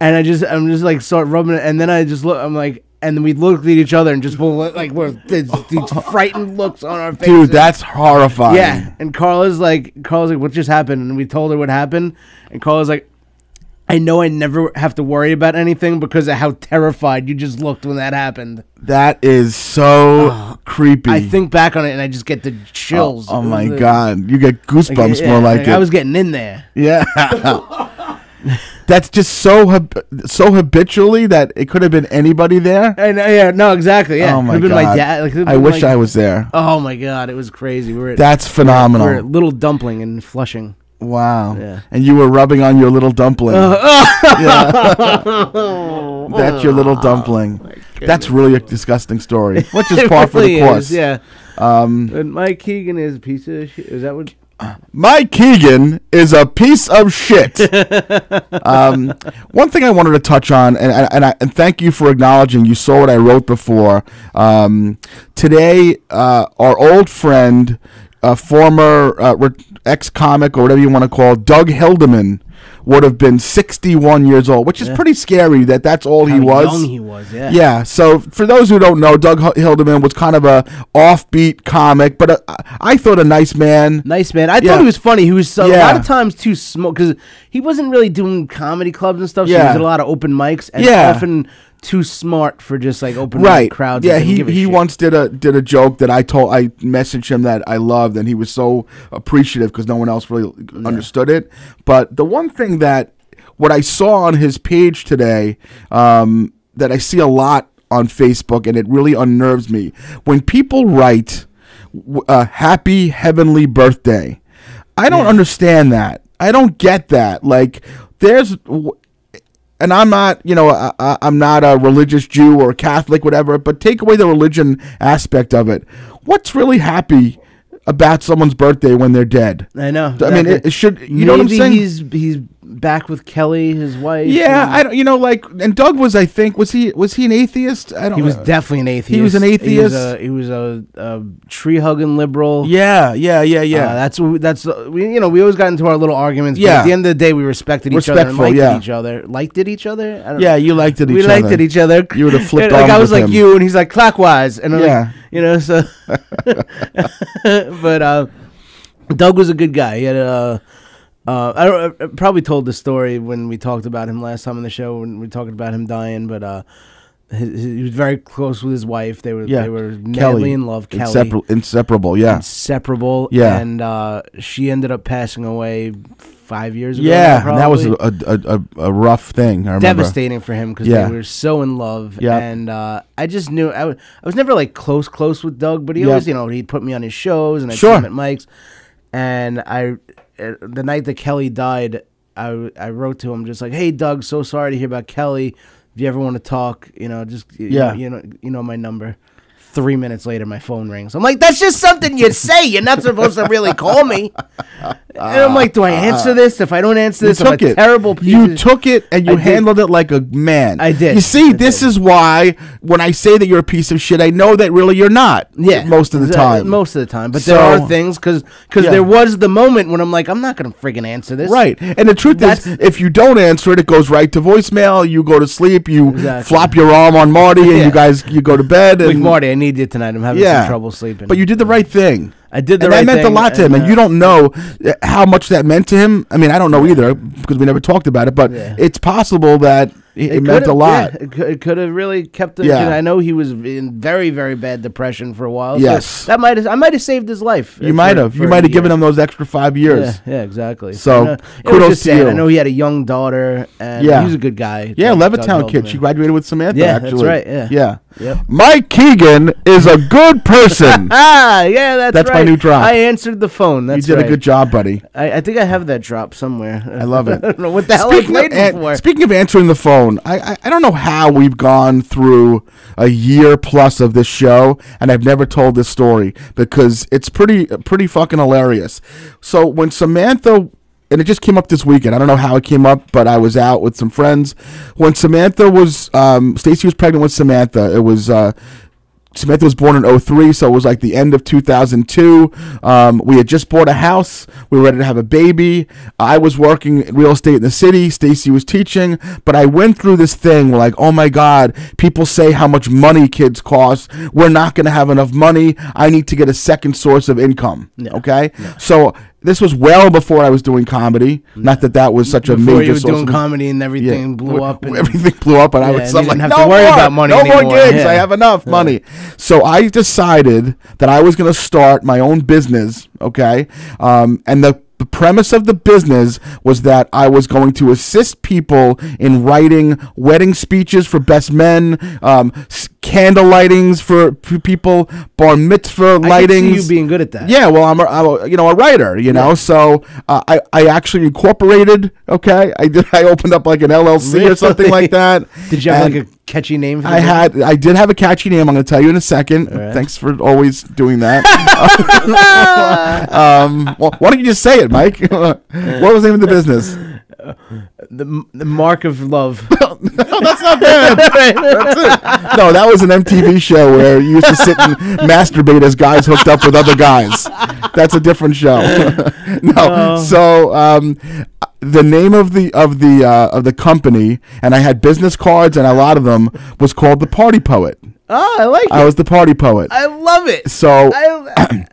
Speaker 4: And I just, I'm just like start rubbing it, and then I just look. I'm like, and then we looked at each other and just both look like we're these, these frightened looks on our faces.
Speaker 1: dude. That's horrifying.
Speaker 4: Yeah, and Carla's like, Carla's like, what just happened? And we told her what happened, and Carla's like, I know I never have to worry about anything because of how terrified you just looked when that happened.
Speaker 1: that is so creepy.
Speaker 4: I think back on it and I just get the
Speaker 1: Mm. Oh,
Speaker 4: chills.
Speaker 1: oh
Speaker 4: It was
Speaker 1: my
Speaker 4: the-
Speaker 1: god, you get
Speaker 4: like,
Speaker 1: goosebumps
Speaker 4: yeah,
Speaker 1: more like, it.
Speaker 4: I was getting in there.
Speaker 1: yeah. That's just so hab- so habitually that it could have been anybody there.
Speaker 4: And uh, yeah, no, exactly. Yeah,
Speaker 1: oh my
Speaker 4: Could've been
Speaker 1: god,
Speaker 4: my dad. Like, could've
Speaker 1: I
Speaker 4: been,
Speaker 1: wish
Speaker 4: like-
Speaker 1: I was there.
Speaker 4: Oh my god, it was crazy. We were at,
Speaker 1: That's
Speaker 4: we
Speaker 1: phenomenal.
Speaker 4: were at Little Dumpling in Flushing.
Speaker 1: Wow.
Speaker 4: Yeah.
Speaker 1: And you were rubbing on your little dumpling. Yeah. That's your
Speaker 4: Oh
Speaker 1: little dumpling. That's really a disgusting story, which is
Speaker 4: It
Speaker 1: par for
Speaker 4: really
Speaker 1: the
Speaker 4: is,
Speaker 1: course.
Speaker 4: yeah. Um, and Mike Keegan is a piece of shit. Is that what?
Speaker 1: Mike Keegan is a piece of shit. um, one thing I wanted to touch on, and and, and, I, and thank you for acknowledging. You saw what I wrote before. Um, today, uh, our old friend, uh, former uh, re- ex comic or whatever you want to call it, Doug Hildeman, would have been 61 years old, which is pretty scary. That that's all he
Speaker 4: How
Speaker 1: was.
Speaker 4: young he was. Yeah.
Speaker 1: Yeah. So for those who don't know, Doug H- Hildeman was kind of a offbeat comic, but uh, I- I thought a nice man.
Speaker 4: Nice man. I
Speaker 1: Yeah.
Speaker 4: thought he was funny. He was so, a lot
Speaker 1: Yeah.
Speaker 4: of times too small because he wasn't really doing comedy clubs and stuff. So he
Speaker 1: Yeah.
Speaker 4: was at a lot of open mics and
Speaker 1: Yeah.
Speaker 4: often too smart for just like open
Speaker 1: right
Speaker 4: mic crowds. that
Speaker 1: Yeah,
Speaker 4: didn't
Speaker 1: he
Speaker 4: give a
Speaker 1: he
Speaker 4: shit.
Speaker 1: once did a did a joke that I told I messaged him that I loved, and he was so appreciative because no one else really understood it. But the one thing that what I saw on his page today um, that I see a lot on Facebook, and it really unnerves me when people write w- uh, "Happy Heavenly Birthday." I don't understand that. I don't get that. Like, there's w- and I'm not, you know, I, I- I'm not a religious Jew or a Catholic, whatever, but take away the religion aspect of it. What's really happy about someone's birthday when they're dead?
Speaker 4: I know.
Speaker 1: I mean, it, it should, you know what I'm
Speaker 4: Maybe
Speaker 1: saying?
Speaker 4: He's he's back with Kelly, his wife.
Speaker 1: yeah,
Speaker 4: and
Speaker 1: I don't, you know, like, and Doug was, I think, was he, was he an atheist? I don't.
Speaker 4: he was
Speaker 1: know.
Speaker 4: definitely an atheist.
Speaker 1: he was an
Speaker 4: He was
Speaker 1: atheist.
Speaker 4: a, he was a, a tree hugging liberal.
Speaker 1: Yeah, yeah, yeah, yeah.
Speaker 4: Uh, that's what we- that's uh, we you know we always got into our little arguments. but
Speaker 1: Yeah.
Speaker 4: at the end of the day, we respected each other and
Speaker 1: Respectful,
Speaker 4: liked
Speaker 1: yeah.
Speaker 4: each other. Liked it each other. I don't
Speaker 1: yeah, you liked it.
Speaker 4: we
Speaker 1: each
Speaker 4: liked
Speaker 1: other.
Speaker 4: it each other.
Speaker 1: You would've flipped
Speaker 4: like I
Speaker 1: arms
Speaker 4: was
Speaker 1: with
Speaker 4: like
Speaker 1: him.
Speaker 4: you, and he's like clockwise, and I'm
Speaker 1: Yeah.
Speaker 4: like, you know. So, but uh, Doug was a good guy. He had a. Uh, I, don't, I probably told the story when we talked about him last time on the show when we were talking about him dying, but uh, his, he was very close with his wife. They were
Speaker 1: Yeah,
Speaker 4: they were madly
Speaker 1: Kelly.
Speaker 4: in love. Kelly
Speaker 1: Insepar- inseparable. Yeah,
Speaker 4: inseparable.
Speaker 1: Yeah.
Speaker 4: and uh, she ended up passing away five years ago.
Speaker 1: yeah. and that was
Speaker 4: probably
Speaker 1: a, a, a, a rough thing. I remember.
Speaker 4: devastating for him because
Speaker 1: Yeah.
Speaker 4: they were so in love.
Speaker 1: Yep.
Speaker 4: And uh, I just knew I wa- I was never like close, close with Doug, but he
Speaker 1: Yep.
Speaker 4: always, you know, he'd put me on his shows and I'd
Speaker 1: Sure.
Speaker 4: see him at Mike's. And I, uh, the night that Kelly died, I, w- I wrote to him just like, hey, Doug, so sorry to hear about Kelly. If you ever want to talk, you know, just y-
Speaker 1: Yeah.
Speaker 4: you know, you know my number. Three minutes later, my phone rings. I'm like, that's just something you say. You're not supposed to really call me. and I'm like, do I answer this? If I don't answer
Speaker 1: Ah. You
Speaker 4: this, I'm a
Speaker 1: took it.
Speaker 4: terrible. piece
Speaker 1: You
Speaker 4: of-
Speaker 1: took it and you
Speaker 4: I did.
Speaker 1: handled it like a man.
Speaker 4: I did.
Speaker 1: You see,
Speaker 4: I
Speaker 1: this
Speaker 4: did.
Speaker 1: is why when I say that you're a piece of shit, I know that really you're not.
Speaker 4: Yeah,
Speaker 1: most of the
Speaker 4: exa-
Speaker 1: time.
Speaker 4: Most of the time, but there
Speaker 1: So-
Speaker 4: are things because
Speaker 1: Yeah.
Speaker 4: there was the moment when I'm like, I'm not gonna friggin' answer this.
Speaker 1: Right, and the truth is,
Speaker 4: That's-
Speaker 1: if you don't answer it, it goes right to voicemail. You go to sleep. You
Speaker 4: Exactly.
Speaker 1: flop your arm on Marty, and
Speaker 4: Yeah.
Speaker 1: you guys you go to bed.
Speaker 4: Like
Speaker 1: And
Speaker 4: Marty, I need you tonight. I'm having
Speaker 1: yeah,
Speaker 4: some trouble sleeping.
Speaker 1: But you did the right thing.
Speaker 4: I did the
Speaker 1: and
Speaker 4: right
Speaker 1: that meant
Speaker 4: thing,
Speaker 1: a lot to him,
Speaker 4: and,
Speaker 1: and you
Speaker 4: uh,
Speaker 1: don't know uh, how much that meant to him. I mean, I don't know either because we never talked about it. But
Speaker 4: Yeah.
Speaker 1: it's possible that it, meant
Speaker 4: could've-
Speaker 1: a lot.
Speaker 4: yeah, it cou- it could have really kept him.
Speaker 1: Yeah.
Speaker 4: I know he was in very, very bad depression for a while. so
Speaker 1: Yes.
Speaker 4: that might have. I might have saved his life.
Speaker 1: You might have. You might have given him those extra five
Speaker 4: Yeah,
Speaker 1: years. Yeah,
Speaker 4: yeah, exactly.
Speaker 1: So,
Speaker 4: I know- it was
Speaker 1: kudos
Speaker 4: just
Speaker 1: to
Speaker 4: sad.
Speaker 1: you.
Speaker 4: I know he had a young daughter, and
Speaker 1: Yeah.
Speaker 4: he was a good guy. Doug- Doug
Speaker 1: Levittown kid.
Speaker 4: Goldman.
Speaker 1: She graduated with Samantha.
Speaker 4: Yeah, that's
Speaker 1: actually.
Speaker 4: right, yeah.
Speaker 1: yeah.
Speaker 4: Yep.
Speaker 1: Mike Keegan is a good person.
Speaker 4: Ah, yeah, that's
Speaker 1: That's my
Speaker 4: right.
Speaker 1: new drop.
Speaker 4: I answered the phone.
Speaker 1: you
Speaker 4: That's
Speaker 1: did a
Speaker 4: right.
Speaker 1: good job, buddy.
Speaker 4: I, I think I have that drop somewhere.
Speaker 1: I love it.
Speaker 4: I don't know what the hell I
Speaker 1: Speaking
Speaker 4: played
Speaker 1: of, an-
Speaker 4: before.
Speaker 1: speaking of answering the phone, I, I I don't know how we've gone through a year plus of this show and I've never told this story because it's pretty pretty fucking hilarious. So when Samantha and it just came up this weekend. I don't know how it came up, but I was out with some friends when Samantha was um, Stacy was pregnant with Samantha. It was. Uh, Samantha was born in 03, so it was like the end of 2002. Um, we had just bought a house. We were ready to have a baby. I was working in real estate in the city. Stacy was teaching. But I went through this thing where, like, oh my God, people say how much money kids cost. We're not going to have enough money. I need to get a second source of income. Okay? So this was well before I was doing comedy. Not that that was such a
Speaker 4: before
Speaker 1: major
Speaker 4: you were
Speaker 1: source
Speaker 4: doing
Speaker 1: of
Speaker 4: comedy and everything blew
Speaker 1: wh-
Speaker 4: up. And
Speaker 1: everything blew up, and I
Speaker 4: Yeah,
Speaker 1: was
Speaker 4: and you
Speaker 1: I'm like,
Speaker 4: didn't
Speaker 1: no
Speaker 4: have to worry
Speaker 1: more,
Speaker 4: about money
Speaker 1: no more
Speaker 4: anymore."
Speaker 1: gigs.
Speaker 4: Yeah.
Speaker 1: I have enough money. So I decided that I was going to start my own business. Okay, um, and the. The premise of the business was that I was going to assist people in writing wedding speeches for best men, um, s- candle lightings for p- people, bar mitzvah
Speaker 4: I could see
Speaker 1: lightings.
Speaker 4: you being good at that.
Speaker 1: Yeah, well, I'm a, I'm a you know a writer, you know, so uh, I I actually incorporated. Okay, I did. I opened up like an LLC or something like that.
Speaker 4: Did you have
Speaker 1: and
Speaker 4: like a catchy name? For
Speaker 1: I
Speaker 4: the-
Speaker 1: had I did have a catchy name. I'm going to tell you in a second. Thanks for always doing that. um, well, why don't you just say it, Mike? what was the name of the business?
Speaker 4: the, the mark of love.
Speaker 1: No, that was an MTV show where you used to sit and masturbate as guys hooked up with other guys. That's a different show. no, so um, the name of the of the uh, of the company, and I had business cards, and a lot of them was called the Party Poet.
Speaker 4: oh, I like
Speaker 1: I
Speaker 4: it.
Speaker 1: was the Party Poet.
Speaker 4: I love it.
Speaker 1: So
Speaker 4: I,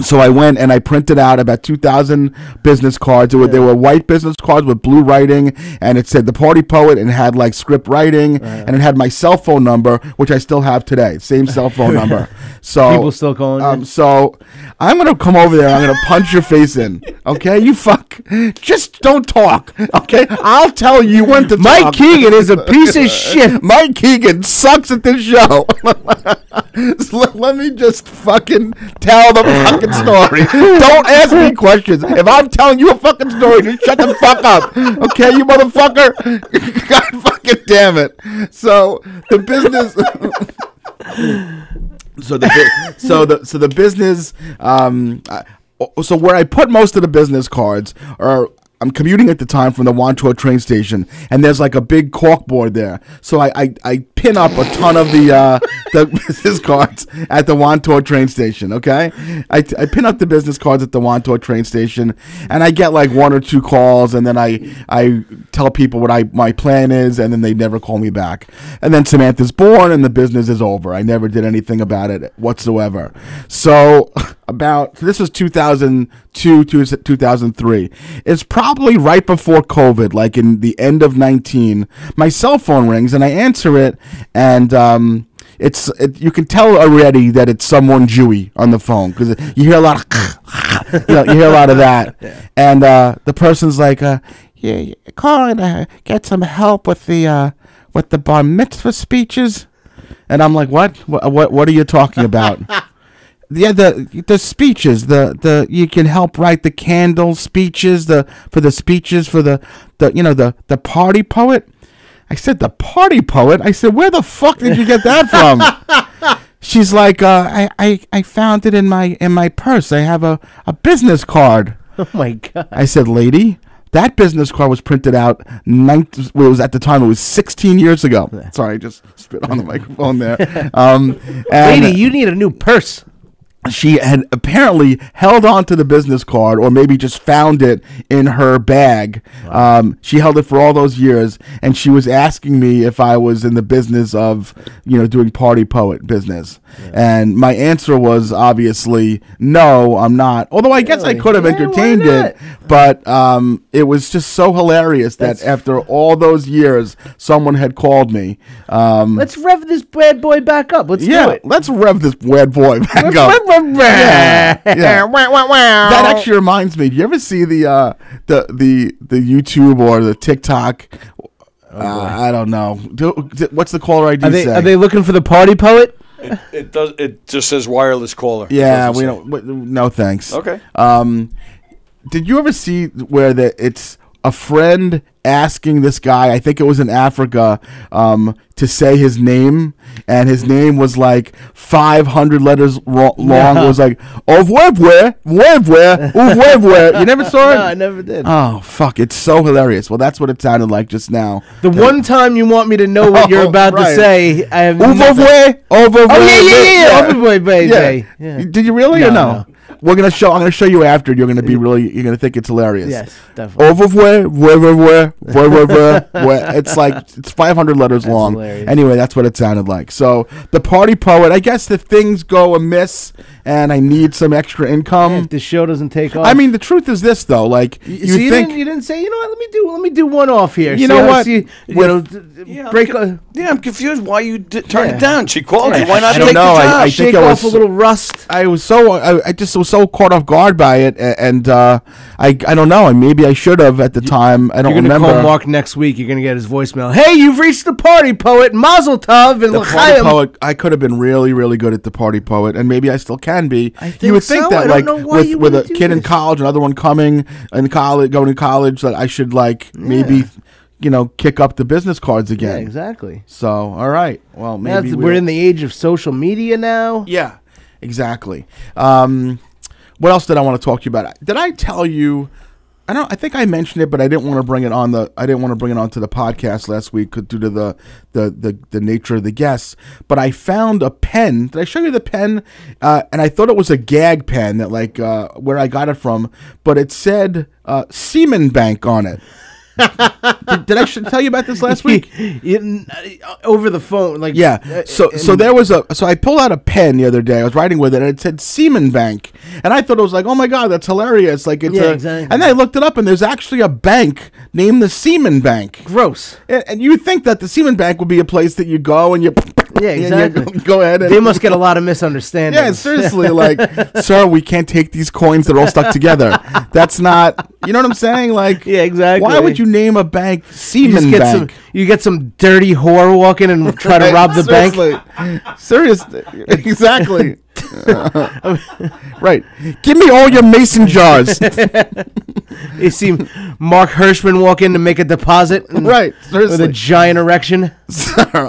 Speaker 1: so I went and I printed out about 2,000 business cards. It were, They were white business cards with blue writing, and it said The Party Poet, and it had like script writing, and it had my cell phone number, which I still have today. Same cell phone number. So
Speaker 4: People still calling
Speaker 1: Um,
Speaker 4: you?
Speaker 1: so I'm gonna come over there. and I'm gonna punch your face in. Okay, you fuck. Just don't talk. Okay, I'll tell you when to
Speaker 4: Mike
Speaker 1: talk.
Speaker 4: Keegan is a piece of shit.
Speaker 1: Mike Keegan sucks at this show. So let, let me just fucking tell the fucking story. Don't ask me questions. If I'm telling you a fucking story, just shut the fuck up. Okay, you motherfucker? God fucking damn it. So the business. so the bu- so the so the business um I- o- so where I put most of the business cards are I'm commuting at the time from the Wantua train station, and there's like a big corkboard there. So I, I, I pin up a ton of the uh, the business cards at the Wantua train station. Okay, I, I pin up the business cards at the Wantua train station, and I get like one or two calls, and then I I tell people what I my plan is, and then they never call me back. And then Samantha's born, and the business is over. I never did anything about it whatsoever. So about so this was 2002 to 2003. It's probably right before COVID, like in the end of 19. My cell phone rings, and I answer it, and um. It's it, you can tell already that it's someone Jewy on the phone because you hear a lot of you, know, you hear a lot of that, and uh, the person's like, uh, "Yeah, yeah, calling to get some help with the uh, with the bar mitzvah speeches," and I'm like, "What? What? What, what are you talking about?" yeah, the the speeches, the the you can help write the candle speeches, the for the speeches for the the you know the the party poet. I said the party poet. I said, where the fuck did you get that from? She's like, uh, I, I I found it in my in my purse. I have a, a business card.
Speaker 4: oh my god.
Speaker 1: I said, lady, that business card was printed out. Nine, well, it was at the time. It was 16 years ago. Sorry, I just spit on the microphone there. Um, and
Speaker 4: Lady, you need a new purse.
Speaker 1: she had apparently held on to the business card or maybe just found it in her bag um, she held it for all those years and she was asking me if i was in the business of you know doing party poet business and my answer was obviously no i'm not although i guess i could have
Speaker 4: Yeah, why
Speaker 1: entertained
Speaker 4: not?
Speaker 1: it but um, it was just so hilarious that after all those years someone had called me um,
Speaker 4: Let's rev this bad boy back up. Let's do
Speaker 1: yeah,
Speaker 4: it.
Speaker 1: let's rev this bad boy back
Speaker 4: Let's
Speaker 1: up.
Speaker 4: rev, rev, rev.
Speaker 1: Yeah, yeah. That actually reminds me. Do you ever see the uh, the the the YouTube or the TikTok?
Speaker 4: Oh,
Speaker 1: uh, I don't know. Do, do- what's the caller ID
Speaker 4: Are they
Speaker 1: say?
Speaker 4: are they looking for the party poet?
Speaker 6: It does. It just says wireless caller.
Speaker 1: yeah,
Speaker 6: Doesn't
Speaker 1: we
Speaker 6: say-
Speaker 1: don't. w- No thanks.
Speaker 6: Okay.
Speaker 1: Um, did you ever see where the it's a friend asking this guy? I think it was in Africa. Um, to say his name, and his name was like five hundred letters ro- long. It was like Ovwebwe, Webwe, Ovwebwe. You never saw it?
Speaker 4: No, I never did.
Speaker 1: Oh fuck! It's so hilarious. Well, that's what it sounded like just now.
Speaker 4: the one time you want me to know what you're
Speaker 1: Oh,
Speaker 4: about to
Speaker 1: right.
Speaker 4: say, I have. nothing.
Speaker 1: Overway, overway.
Speaker 4: Oh yeah, yeah, yeah, yeah. Open boy, baby. Yeah.
Speaker 1: Did you really or
Speaker 4: No,
Speaker 1: no? We're gonna show. I'm gonna show you after. and You're gonna be really. You're gonna think it's hilarious.
Speaker 4: Yes, definitely.
Speaker 1: Overway, overway, overway, overway. It's like it's 500 letters long.
Speaker 4: hilarious.
Speaker 1: Anyway, that's what it sounded like. So the party poet. I guess if things go amiss and I need some extra income.
Speaker 4: If the show doesn't take off,
Speaker 1: I mean, the truth is this though. Like
Speaker 4: So
Speaker 1: you
Speaker 4: you,
Speaker 1: think.
Speaker 4: didn't, you didn't say, you know what? Let me do, let me do one off here.
Speaker 1: You
Speaker 4: See
Speaker 1: know
Speaker 4: how-
Speaker 1: what?
Speaker 4: see- you
Speaker 1: With-
Speaker 4: know, d- d-
Speaker 6: Yeah,
Speaker 4: break.
Speaker 6: I'm,
Speaker 4: A,
Speaker 6: c- yeah, I'm confused. Why you d- turned
Speaker 4: Yeah.
Speaker 6: it down? She called you. Why not
Speaker 1: I
Speaker 6: take
Speaker 1: don't know.
Speaker 6: the
Speaker 1: I-
Speaker 6: job?
Speaker 1: I think
Speaker 4: shake
Speaker 1: I
Speaker 4: off
Speaker 1: was-
Speaker 4: a little rust.
Speaker 1: I was so I, I just was so caught off guard by it, a- and uh, I I don't know. And maybe I should have at the time. I don't
Speaker 4: You're gonna
Speaker 1: remember.
Speaker 4: call Mark next week. You're gonna get his voicemail. Hey, you've reached the party poet, Mazel Tov, and
Speaker 1: the party
Speaker 4: L'chaim.
Speaker 1: poet. I could have been really, really good at the party poet, and maybe I still can be.
Speaker 4: I think
Speaker 1: you would think
Speaker 4: so. I
Speaker 1: that,
Speaker 4: don't
Speaker 1: like,
Speaker 4: know why
Speaker 1: with
Speaker 4: you
Speaker 1: with a
Speaker 4: wouldn't do
Speaker 1: kid in
Speaker 4: this.
Speaker 1: college, another one coming in college, going to college, that I should like maybe, you know, kick up the business cards
Speaker 4: yeah,
Speaker 1: again.
Speaker 4: exactly.
Speaker 1: So, all right. Well, maybe
Speaker 4: That's,
Speaker 1: we'll-
Speaker 4: we're in the age of social media now.
Speaker 1: Yeah, exactly. Um, what else did I want to talk to you about? Did I tell you? I don't. I think I mentioned it, but I didn't want to bring it on the. I didn't want to bring it onto the podcast last week due to the the the, the nature of the guests. But I found a pen. Did I show you the pen? Uh, and I thought it was a gag pen that like uh, where I got it from, but it said uh, Seaman Bank on it. did, did I should tell you about this last week?
Speaker 4: You- uh, over the phone, like
Speaker 1: Yeah. So so there was a so I pulled out a pen the other day. I was writing with it and it said Seaman Bank. And I thought it was like, "Oh my god, that's hilarious." Like it's
Speaker 4: Yeah,
Speaker 1: a,
Speaker 4: exactly.
Speaker 1: And then I looked it up and there's actually a bank named the Seaman Bank.
Speaker 4: gross.
Speaker 1: And, and you would think that the Seaman Bank would be a place that you go and you
Speaker 4: Yeah,
Speaker 1: and you
Speaker 4: exactly.
Speaker 1: go- go ahead and
Speaker 4: They must get a lot of misunderstandings.
Speaker 1: yeah, seriously, like, sir, we can't take these coins; they're all stuck together. That's not, you know what I'm saying? Like,
Speaker 4: Yeah, exactly.
Speaker 1: Why would you name a bank
Speaker 4: You just
Speaker 1: Seaman
Speaker 4: get
Speaker 1: Bank?
Speaker 4: some. You get some dirty whore walking and try to rob the bank.
Speaker 1: bank. Seriously. Exactly. right. Give me all your mason jars.
Speaker 4: You see Mark Hirschman walk in to make a deposit. and-
Speaker 1: right.
Speaker 4: With a
Speaker 1: Seriously.
Speaker 4: giant erection.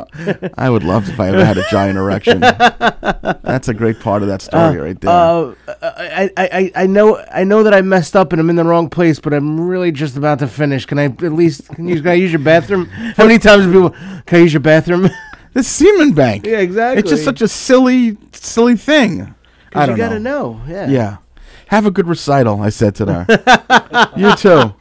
Speaker 1: I would love if I ever had a giant erection. That's a great part of that story right there.
Speaker 4: Uh, I, I, I- I know I know that I messed up and I'm in the wrong place, but I'm really just about to finish. Can I at least can, you, can I use your bathroom? How many times have people can I use your bathroom?
Speaker 1: the Seaman Bank.
Speaker 4: Yeah,
Speaker 1: It's just
Speaker 4: exactly.
Speaker 1: such a silly, silly thing. I
Speaker 4: you
Speaker 1: don't
Speaker 4: gotta know. Yeah.
Speaker 1: Yeah. Have a good recital, I said to her. you too.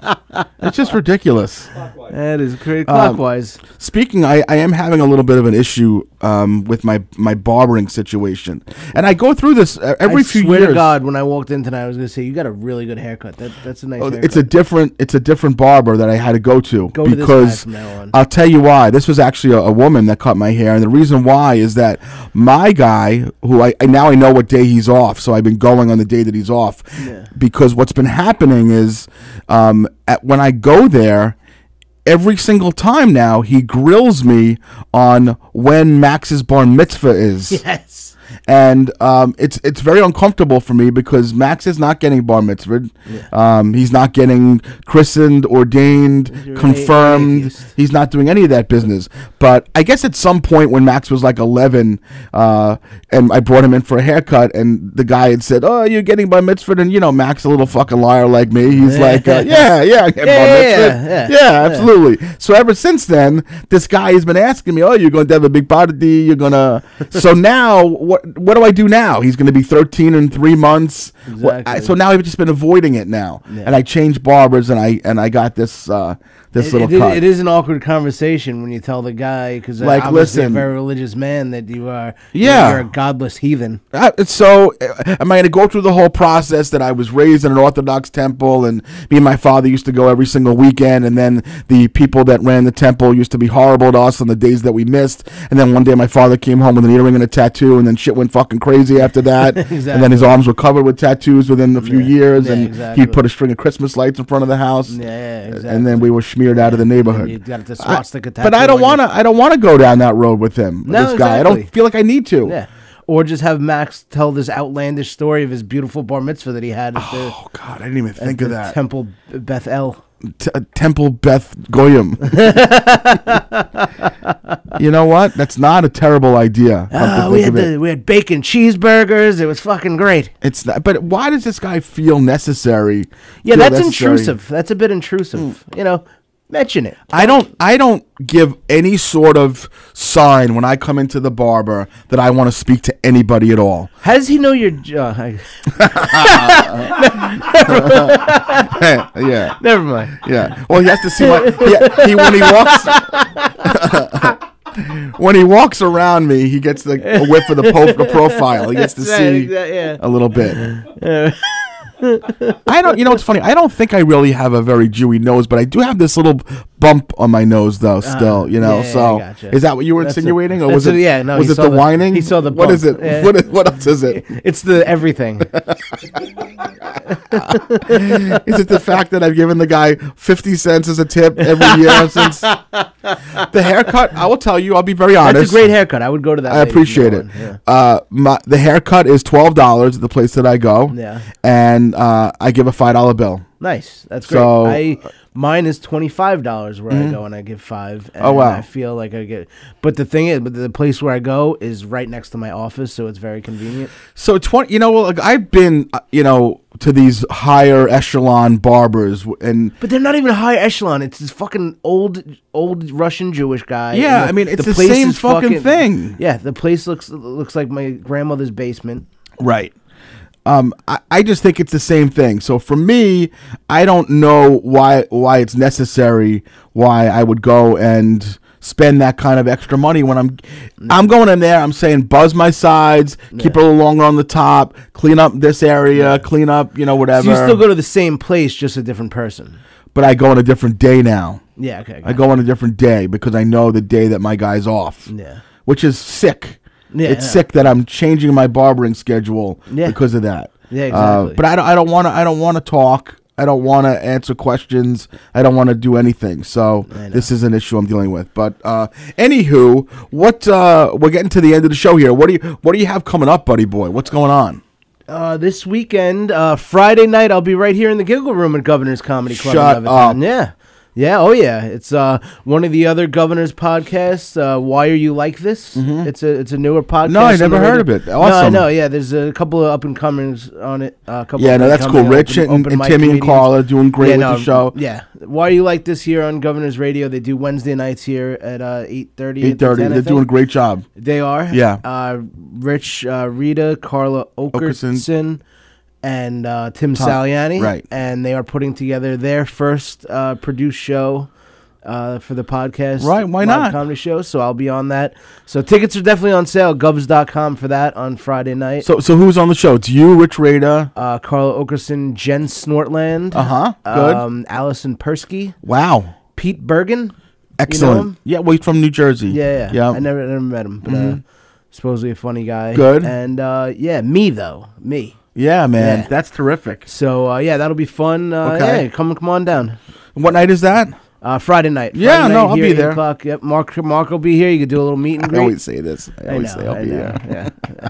Speaker 1: It's just ridiculous.
Speaker 4: That is
Speaker 1: Um,
Speaker 4: crazy. Clockwise.
Speaker 1: Speaking, I, I am having a little bit of an issue um, with my, my barbering situation, and I go through this uh, every
Speaker 4: I
Speaker 1: few
Speaker 4: swear
Speaker 1: years.
Speaker 4: to God, when I walked in tonight, I was gonna say you got a really good haircut. That that's a nice.
Speaker 1: Oh,
Speaker 4: haircut.
Speaker 1: it's a different it's a different barber that I had to go to
Speaker 4: Go to this guy
Speaker 1: because
Speaker 4: from now on.
Speaker 1: I'll tell you why. This was actually a, a woman that cut my hair, and the reason why is that my guy, who I, I now I know what day he's off, so I've been going on the day that he's off, because what's been happening is um, at, when I go there. Every single time now, he grills me on when Max's bar mitzvah is
Speaker 4: yes.
Speaker 1: and um, it's it's very uncomfortable for me because Max is not getting bar mitzvahed. Um, he's not getting christened, ordained,
Speaker 4: an
Speaker 1: confirmed.
Speaker 4: atheist.
Speaker 1: he's not doing any of that business. But I guess at some point when Max was like 11, uh, and I brought him in for a haircut, and the guy had said, "Oh, you're getting bar mitzvahed," and you know Max, a little fucking liar like me, he's like, uh, "Yeah, yeah, I get bar
Speaker 4: Yeah, yeah,
Speaker 1: mitzvahed.
Speaker 4: yeah,
Speaker 1: yeah, absolutely." So ever since then, this guy has been asking me, "Oh, you're going to have a big party? You're gonna..." so now what? what what do I do now? He's going to be 13 in three months. What- I-
Speaker 4: Exactly.
Speaker 1: so now I've just been avoiding it now, and I changed barbers, and I and I got this uh, this
Speaker 4: It-
Speaker 1: little
Speaker 4: it is-
Speaker 1: cut.
Speaker 4: it is an awkward conversation when you tell the guy because
Speaker 1: Like,
Speaker 4: like,
Speaker 1: listen-
Speaker 4: a very religious man that you are.
Speaker 1: Yeah.
Speaker 4: you're a godless heathen.
Speaker 1: I- so uh, am I going to go through the whole process that I was raised in an Orthodox temple, and me and my father used to go every single weekend, and then the people that ran the temple used to be horrible to us on the days that we missed, and then one day my father came home with an earring and a tattoo, and then shit went fucking crazy after that, and then his arms were covered with tattoos within a few years,
Speaker 4: Yeah,
Speaker 1: and
Speaker 4: exactly.
Speaker 1: he put a string of Christmas lights in front of the house,
Speaker 4: Yeah, yeah,
Speaker 1: and then we were smeared out of the neighborhood.
Speaker 4: you got the
Speaker 1: I-
Speaker 4: swastika
Speaker 1: but I
Speaker 4: tattoo
Speaker 1: don't
Speaker 4: on
Speaker 1: want to. I don't want to go down that road with him.
Speaker 4: No,
Speaker 1: this guy. I don't
Speaker 4: exactly.
Speaker 1: feel like I need to.
Speaker 4: Yeah. Or just have Max tell this outlandish story of his beautiful bar mitzvah that he had at the,
Speaker 1: Oh God, I didn't even
Speaker 4: at
Speaker 1: think of
Speaker 4: the
Speaker 1: that.
Speaker 4: Temple Beth El.
Speaker 1: T- uh, Temple Beth Goyim. you know what? That's not a terrible idea. come to
Speaker 4: Ah, we
Speaker 1: think
Speaker 4: had
Speaker 1: of it.
Speaker 4: the, we had bacon cheeseburgers. It was fucking great.
Speaker 1: It's not, but why does this guy feel necessary?
Speaker 4: Yeah,
Speaker 1: feel
Speaker 4: that's
Speaker 1: necessary?
Speaker 4: intrusive. That's a bit intrusive.
Speaker 1: Mm.
Speaker 4: You know, mention it.
Speaker 1: I don't. I don't give any sort of sign when I come into the barber that I want to speak to anybody at all.
Speaker 4: How does he know your? j- Uh, I-
Speaker 1: Eh, yeah,
Speaker 4: never mind.
Speaker 1: yeah. Well, he has to see my. He, he when he walks. When he walks around me, he gets the a whiff of the, po- the profile. He gets to
Speaker 4: That's right,
Speaker 1: see
Speaker 4: exact- yeah.
Speaker 1: a little bit. I don't. You know, it's funny. I don't think I really have a very Jewy nose, but I do have this little bump on my nose, though. Still, you know.
Speaker 4: Ah, yeah, yeah,
Speaker 1: so,
Speaker 4: I gotcha.
Speaker 1: is that what you were
Speaker 4: That's a-
Speaker 1: insinuating, or
Speaker 4: that's
Speaker 1: was it?
Speaker 4: a- yeah, no,
Speaker 1: was
Speaker 4: he
Speaker 1: it
Speaker 4: saw
Speaker 1: the
Speaker 4: the-
Speaker 1: whining?
Speaker 4: he saw the
Speaker 1: What is it?
Speaker 4: bump, yeah.
Speaker 1: What is? What else is it?
Speaker 4: It's the everything.
Speaker 1: Is it the fact that I've given the guy 50 cents as a tip every year since the haircut? I will tell you, I'll be very honest.
Speaker 4: That's a great haircut. I would go to that.
Speaker 1: I
Speaker 4: lady for
Speaker 1: appreciate
Speaker 4: that
Speaker 1: it.
Speaker 4: one, yeah.
Speaker 1: Uh, my, the haircut is twelve dollars at the place that I go.
Speaker 4: Yeah.
Speaker 1: and uh, I give a five dollar bill.
Speaker 4: Nice. That's great.
Speaker 1: So- Mm-hmm.
Speaker 4: I mine is twenty five dollars where I go and I give five. And
Speaker 1: Oh, wow.
Speaker 4: I feel like I get. But the thing is, but the place where I go is right next to my office, so it's very convenient.
Speaker 1: So twenty, you know, well, like, I've been, uh, you know, to these higher echelon barbers, w- and
Speaker 4: But they're not even high echelon. It's this fucking old, old Russian Jewish guy. and
Speaker 1: Yeah, I mean, it's the
Speaker 4: place
Speaker 1: same
Speaker 4: is
Speaker 1: fucking thing.
Speaker 4: Yeah, the place looks looks like my grandmother's basement.
Speaker 1: right. Um, I, I just think it's the same thing. So for me, I don't know why why it's necessary, why I would go and spend that kind of extra money when I'm I'm going in there, I'm saying buzz my sides, keep it a little longer on the top, clean up this area, clean up, you know, whatever.
Speaker 4: So you still go to the same place, just a different person.
Speaker 1: but I go on a different day now.
Speaker 4: Yeah, okay.
Speaker 1: I go on a different day because I know the day that my guy's off.
Speaker 4: Yeah.
Speaker 1: Which is sick.
Speaker 4: Yeah,
Speaker 1: it's
Speaker 4: yeah.
Speaker 1: sick that I'm changing my barbering schedule
Speaker 4: Yeah.
Speaker 1: because of that.
Speaker 4: Yeah,
Speaker 1: Uh,
Speaker 4: exactly.
Speaker 1: but I don't. I don't want to. I don't want to talk. I don't want to answer questions. I don't want to do anything. So this is an issue I'm dealing with. But uh, anywho, what uh, we're getting to the end of the show here. What do you What do you have coming up, buddy boy? What's going on?
Speaker 4: Uh, this weekend, uh, Friday night, I'll be right here in the Giggle Room at Governor's Comedy Club.
Speaker 1: Shut
Speaker 4: in Levittown.
Speaker 1: up.
Speaker 4: Yeah. Yeah, oh yeah. It's uh, one of the other Governor's podcasts, uh, Why Are You Like This? It's a it's a newer podcast.
Speaker 1: Mm-hmm. No, I
Speaker 4: on the
Speaker 1: never heard
Speaker 4: radio.
Speaker 1: of it.
Speaker 4: No, I
Speaker 1: Awesome.
Speaker 4: know, yeah. There's a couple of up and comers on it. Uh, a couple
Speaker 1: Yeah,
Speaker 4: of
Speaker 1: no, that's cool.
Speaker 4: up-and-coming
Speaker 1: Rich and- and
Speaker 4: mic
Speaker 1: Timmy and
Speaker 4: comedians.
Speaker 1: Carl are doing great
Speaker 4: Yeah,
Speaker 1: with the show.
Speaker 4: Yeah. Why Are You Like This here on Governor's Radio? They do Wednesday nights here at uh, 8.30.
Speaker 1: Eight thirty. They're doing a great job.
Speaker 4: They are.
Speaker 1: Yeah.
Speaker 4: Uh, Rich uh, Rita, Carla
Speaker 1: Okerson.
Speaker 4: Okerson, and uh, Tim Saliani.
Speaker 1: right.
Speaker 4: And they are putting together their first uh, produced show. Uh, for the podcast,
Speaker 1: Right, why
Speaker 4: live
Speaker 1: not?
Speaker 4: comedy show? So I'll be on that. So tickets are definitely on sale. Gubs.com for that on Friday night.
Speaker 1: So so who's on the show? It's you, Rich Rada.
Speaker 4: uh, Carla Okerson, Jen Snortland,
Speaker 1: Uh-huh, good.
Speaker 4: um, Allison Persky,
Speaker 1: Wow.
Speaker 4: Pete Bergen,
Speaker 1: Excellent.
Speaker 4: him?
Speaker 1: yeah, well, he's from New Jersey.
Speaker 4: Yeah, yeah.
Speaker 1: yeah. Mm-hmm.
Speaker 4: I never, I never met him, but uh, supposedly a funny guy.
Speaker 1: Good.
Speaker 4: And uh, yeah, me though, me.
Speaker 1: yeah, man.
Speaker 4: Yeah.
Speaker 1: That's terrific.
Speaker 4: So uh, yeah, that'll be fun. Uh,
Speaker 1: Okay.
Speaker 4: Yeah, come come on down.
Speaker 1: What night is that?
Speaker 4: Uh, Friday night. Friday
Speaker 1: Yeah,
Speaker 4: night
Speaker 1: no, I'll
Speaker 4: here,
Speaker 1: be
Speaker 4: 8
Speaker 1: there.
Speaker 4: O'clock. Yep, Mark Mark will be here. You could do a little meet and
Speaker 1: I
Speaker 4: greet.
Speaker 1: always say this. I
Speaker 4: I
Speaker 1: always
Speaker 4: know,
Speaker 1: say I'll
Speaker 4: I
Speaker 1: be
Speaker 4: know,
Speaker 1: there.
Speaker 4: Yeah.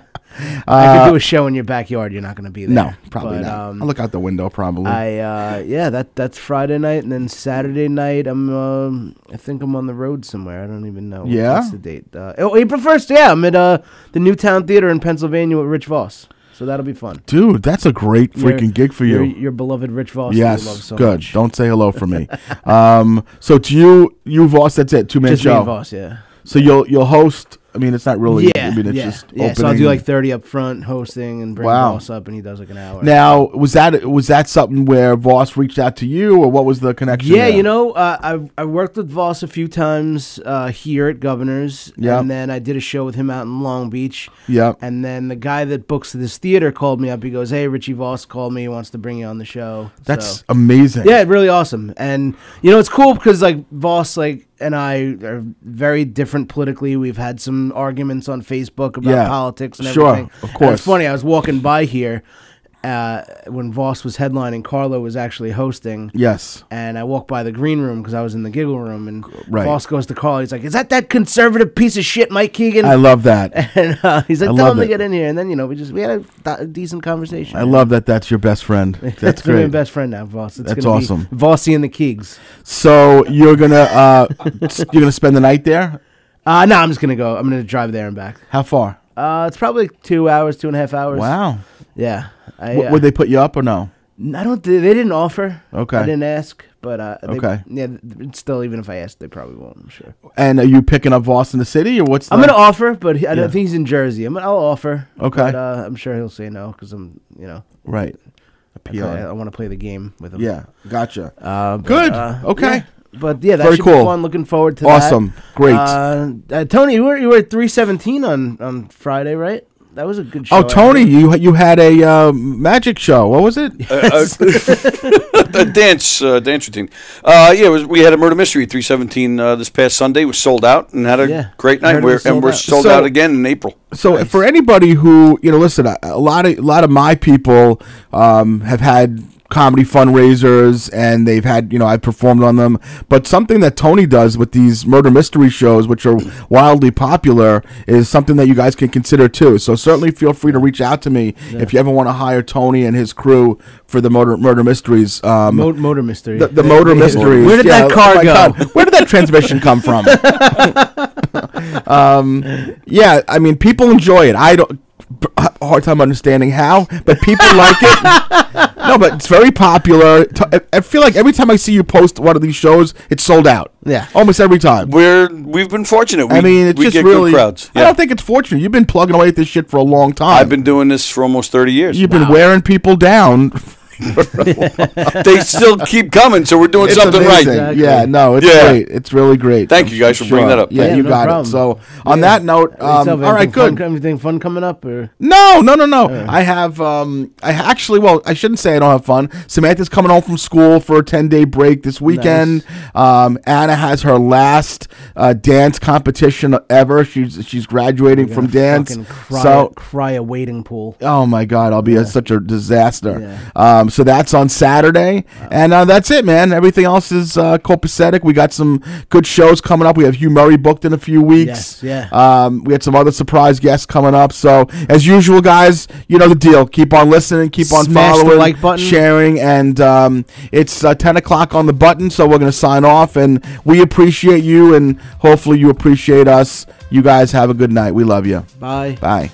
Speaker 4: I could do a show in your backyard. You're not going to be there.
Speaker 1: uh, No, probably
Speaker 4: But,
Speaker 1: not.
Speaker 4: um,
Speaker 1: I'll look out the window probably.
Speaker 4: I uh, yeah, that that's Friday night, and then Saturday night. I'm um, I think I'm on the road somewhere. I don't even know.
Speaker 1: Yeah?
Speaker 4: what's the date? Uh, oh, April first. Yeah, I'm at uh, the Newtown Theater in Pennsylvania with Rich Voss. So that'll be fun.
Speaker 1: Dude, that's a great freaking
Speaker 4: Your-
Speaker 1: gig for you.
Speaker 4: Your, your beloved Rich Voss. that you
Speaker 1: yes,
Speaker 4: love so
Speaker 1: good.
Speaker 4: much.
Speaker 1: Don't say hello for me. um, so to you, you Voss, that's it. Two man
Speaker 4: Just me
Speaker 1: show.
Speaker 4: and Voss. Yeah.
Speaker 1: So you'll you'll host I mean, it's not really.
Speaker 4: Yeah,
Speaker 1: I mean, it's
Speaker 4: yeah,
Speaker 1: just
Speaker 4: yeah.
Speaker 1: opening.
Speaker 4: So I'll do like thirty up front, hosting, and bring
Speaker 1: Wow.
Speaker 4: Ross up, and he does like an hour.
Speaker 1: now, was that was that something where Voss reached out to you, or what was the connection?
Speaker 4: yeah,
Speaker 1: there?
Speaker 4: you know, uh, I I worked with Voss a few times uh, here at Governor's,
Speaker 1: Yep.
Speaker 4: and then I did a show with him out in Long Beach.
Speaker 1: Yep.
Speaker 4: And then the guy that books this theater called me up. He goes, "Hey, Richie Voss called me. He wants to bring you on the show."
Speaker 1: that's
Speaker 4: So-
Speaker 1: amazing.
Speaker 4: yeah, really awesome. And you know, it's cool because like Voss, like and I are very different politically. We've had some arguments on Facebook about
Speaker 1: Yeah.
Speaker 4: politics and
Speaker 1: Sure,
Speaker 4: everything.
Speaker 1: of
Speaker 4: And
Speaker 1: course.
Speaker 4: it's funny. I was walking by here uh, when Voss was headlining. Carlo was actually hosting.
Speaker 1: Yes.
Speaker 4: And I walked by the green room because I was in the giggle room, and
Speaker 1: Right.
Speaker 4: Voss goes to Carlo. He's like, "Is that that conservative piece of shit, Mike Keegan?"
Speaker 1: I love that.
Speaker 4: and uh, he's like,
Speaker 1: I
Speaker 4: "Tell
Speaker 1: love
Speaker 4: him to
Speaker 1: it.
Speaker 4: get in here." And then you know, we just we had a, th- a decent conversation.
Speaker 1: I love that. That's your best friend. That's
Speaker 4: It's gonna be my
Speaker 1: great.
Speaker 4: best friend now, Voss. It's
Speaker 1: That's
Speaker 4: gonna
Speaker 1: awesome.
Speaker 4: Be Vossy and the Keegs.
Speaker 1: So you're gonna uh, s- you're gonna spend the night there.
Speaker 4: Uh, no, I'm just gonna go. I'm gonna drive there and back.
Speaker 1: How far?
Speaker 4: Uh, it's probably like two hours, two and a half hours.
Speaker 1: Wow.
Speaker 4: Yeah. I,
Speaker 1: W-
Speaker 4: uh,
Speaker 1: Would they put you up or no?
Speaker 4: I don't. They they didn't offer.
Speaker 1: Okay.
Speaker 4: I didn't ask, but uh. They,
Speaker 1: Okay.
Speaker 4: Yeah. th- Still, even if I asked, they probably won't. I'm sure.
Speaker 1: And are you picking up Voss in the city or what's?
Speaker 4: I'm
Speaker 1: the-
Speaker 4: gonna offer, but he, I don't think he's in Jersey. I'm gonna. I'll offer.
Speaker 1: Okay.
Speaker 4: But, uh, I'm sure he'll say no because I'm. You know.
Speaker 1: right.
Speaker 4: I,
Speaker 1: PR.
Speaker 4: play- I want to play the game with him.
Speaker 1: Yeah. Gotcha.
Speaker 4: Uh, but,
Speaker 1: Good.
Speaker 4: uh,
Speaker 1: okay.
Speaker 4: yeah. But yeah, that
Speaker 1: Very
Speaker 4: should
Speaker 1: cool.
Speaker 4: be fun. Looking forward to
Speaker 1: Awesome.
Speaker 4: that.
Speaker 1: Great.
Speaker 4: Uh, uh, Tony, you were you were at 317 on on Friday, right? That was a good show.
Speaker 1: Oh,
Speaker 4: I
Speaker 1: Tony, you you had a uh, magic show. What was it?
Speaker 6: Uh, a dance uh, dance routine. Uh, yeah, it was, we had a murder mystery three seventeen uh, this past Sunday. It was sold out and had a
Speaker 4: Yeah.
Speaker 6: great
Speaker 4: I
Speaker 6: night.
Speaker 4: heard it
Speaker 6: We're,
Speaker 4: was
Speaker 6: and
Speaker 4: sold
Speaker 6: we're
Speaker 4: out.
Speaker 6: sold
Speaker 1: So-
Speaker 6: out again in April.
Speaker 1: So for anybody who you know, listen, a, a lot of a lot of my people um, have had comedy fundraisers and they've had you know I've performed on them. But something that Tony does with these murder mystery shows, which are wildly popular, is something that you guys can consider too. So certainly feel free to reach out to me if you ever want to hire Tony and his crew for the murder murder mysteries. Um,
Speaker 4: Mo- motor mystery.
Speaker 1: the, the motor mysteries.
Speaker 4: Where did
Speaker 1: Yeah,
Speaker 4: that car
Speaker 1: oh my
Speaker 4: go?
Speaker 1: God. Where did that transmission come from? um, yeah, I mean, people enjoy it. I don't a hard time understanding how, but people like it. No, but it's very popular. T- I- I feel like every time I see you post one of these shows, it's sold out.
Speaker 4: Yeah.
Speaker 1: almost every time.
Speaker 6: We're we've been fortunate. We,
Speaker 1: I mean, it's
Speaker 6: we
Speaker 1: just
Speaker 6: get
Speaker 1: really.
Speaker 6: good crowds.
Speaker 1: I
Speaker 6: Yeah.
Speaker 1: don't think it's fortunate. You've been plugging away at this shit for a long time.
Speaker 6: I've been doing this for almost thirty years.
Speaker 1: You've been wearing people down.
Speaker 6: they still keep coming, so we're doing
Speaker 1: It's
Speaker 6: something
Speaker 1: amazing.
Speaker 6: right.
Speaker 4: Exactly.
Speaker 1: Yeah, no, it's
Speaker 6: Yeah.
Speaker 1: great. It's really great.
Speaker 6: Thank you guys for bringing that up.
Speaker 1: Yeah,
Speaker 4: Yeah,
Speaker 1: you
Speaker 4: no
Speaker 1: got
Speaker 4: problem.
Speaker 1: it. So on that note,
Speaker 4: Yourself,
Speaker 1: um, all
Speaker 4: anything
Speaker 1: right,
Speaker 4: fun-
Speaker 1: good.
Speaker 4: Anything fun coming up or
Speaker 1: No, no, no, no. I have. Um, I actually. Well, I shouldn't say I don't have fun. Samantha's coming home from school for a ten day break this weekend. Um, Anna has her last uh, dance competition ever. She's she's graduating from dance.
Speaker 4: fucking cry,
Speaker 1: So
Speaker 4: cry a waiting pool.
Speaker 1: Oh my God, I'll be a, such a disaster. Um, so that's on Saturday, and uh, that's it, man. Everything else is uh, copacetic. We got some good shows coming up. We have Hugh Murray booked in a few weeks.
Speaker 4: Yes, yeah.
Speaker 1: Um, we had some other surprise guests coming up. So as usual, guys, you know the deal. Keep on listening. Keep on
Speaker 4: Smash the
Speaker 1: following.
Speaker 4: like button.
Speaker 1: sharing, and um, it's uh, ten o'clock on the button. So we're gonna sign off, and we appreciate you, and hopefully you appreciate us. You guys have a good night. We love you.
Speaker 4: Bye.
Speaker 1: Bye.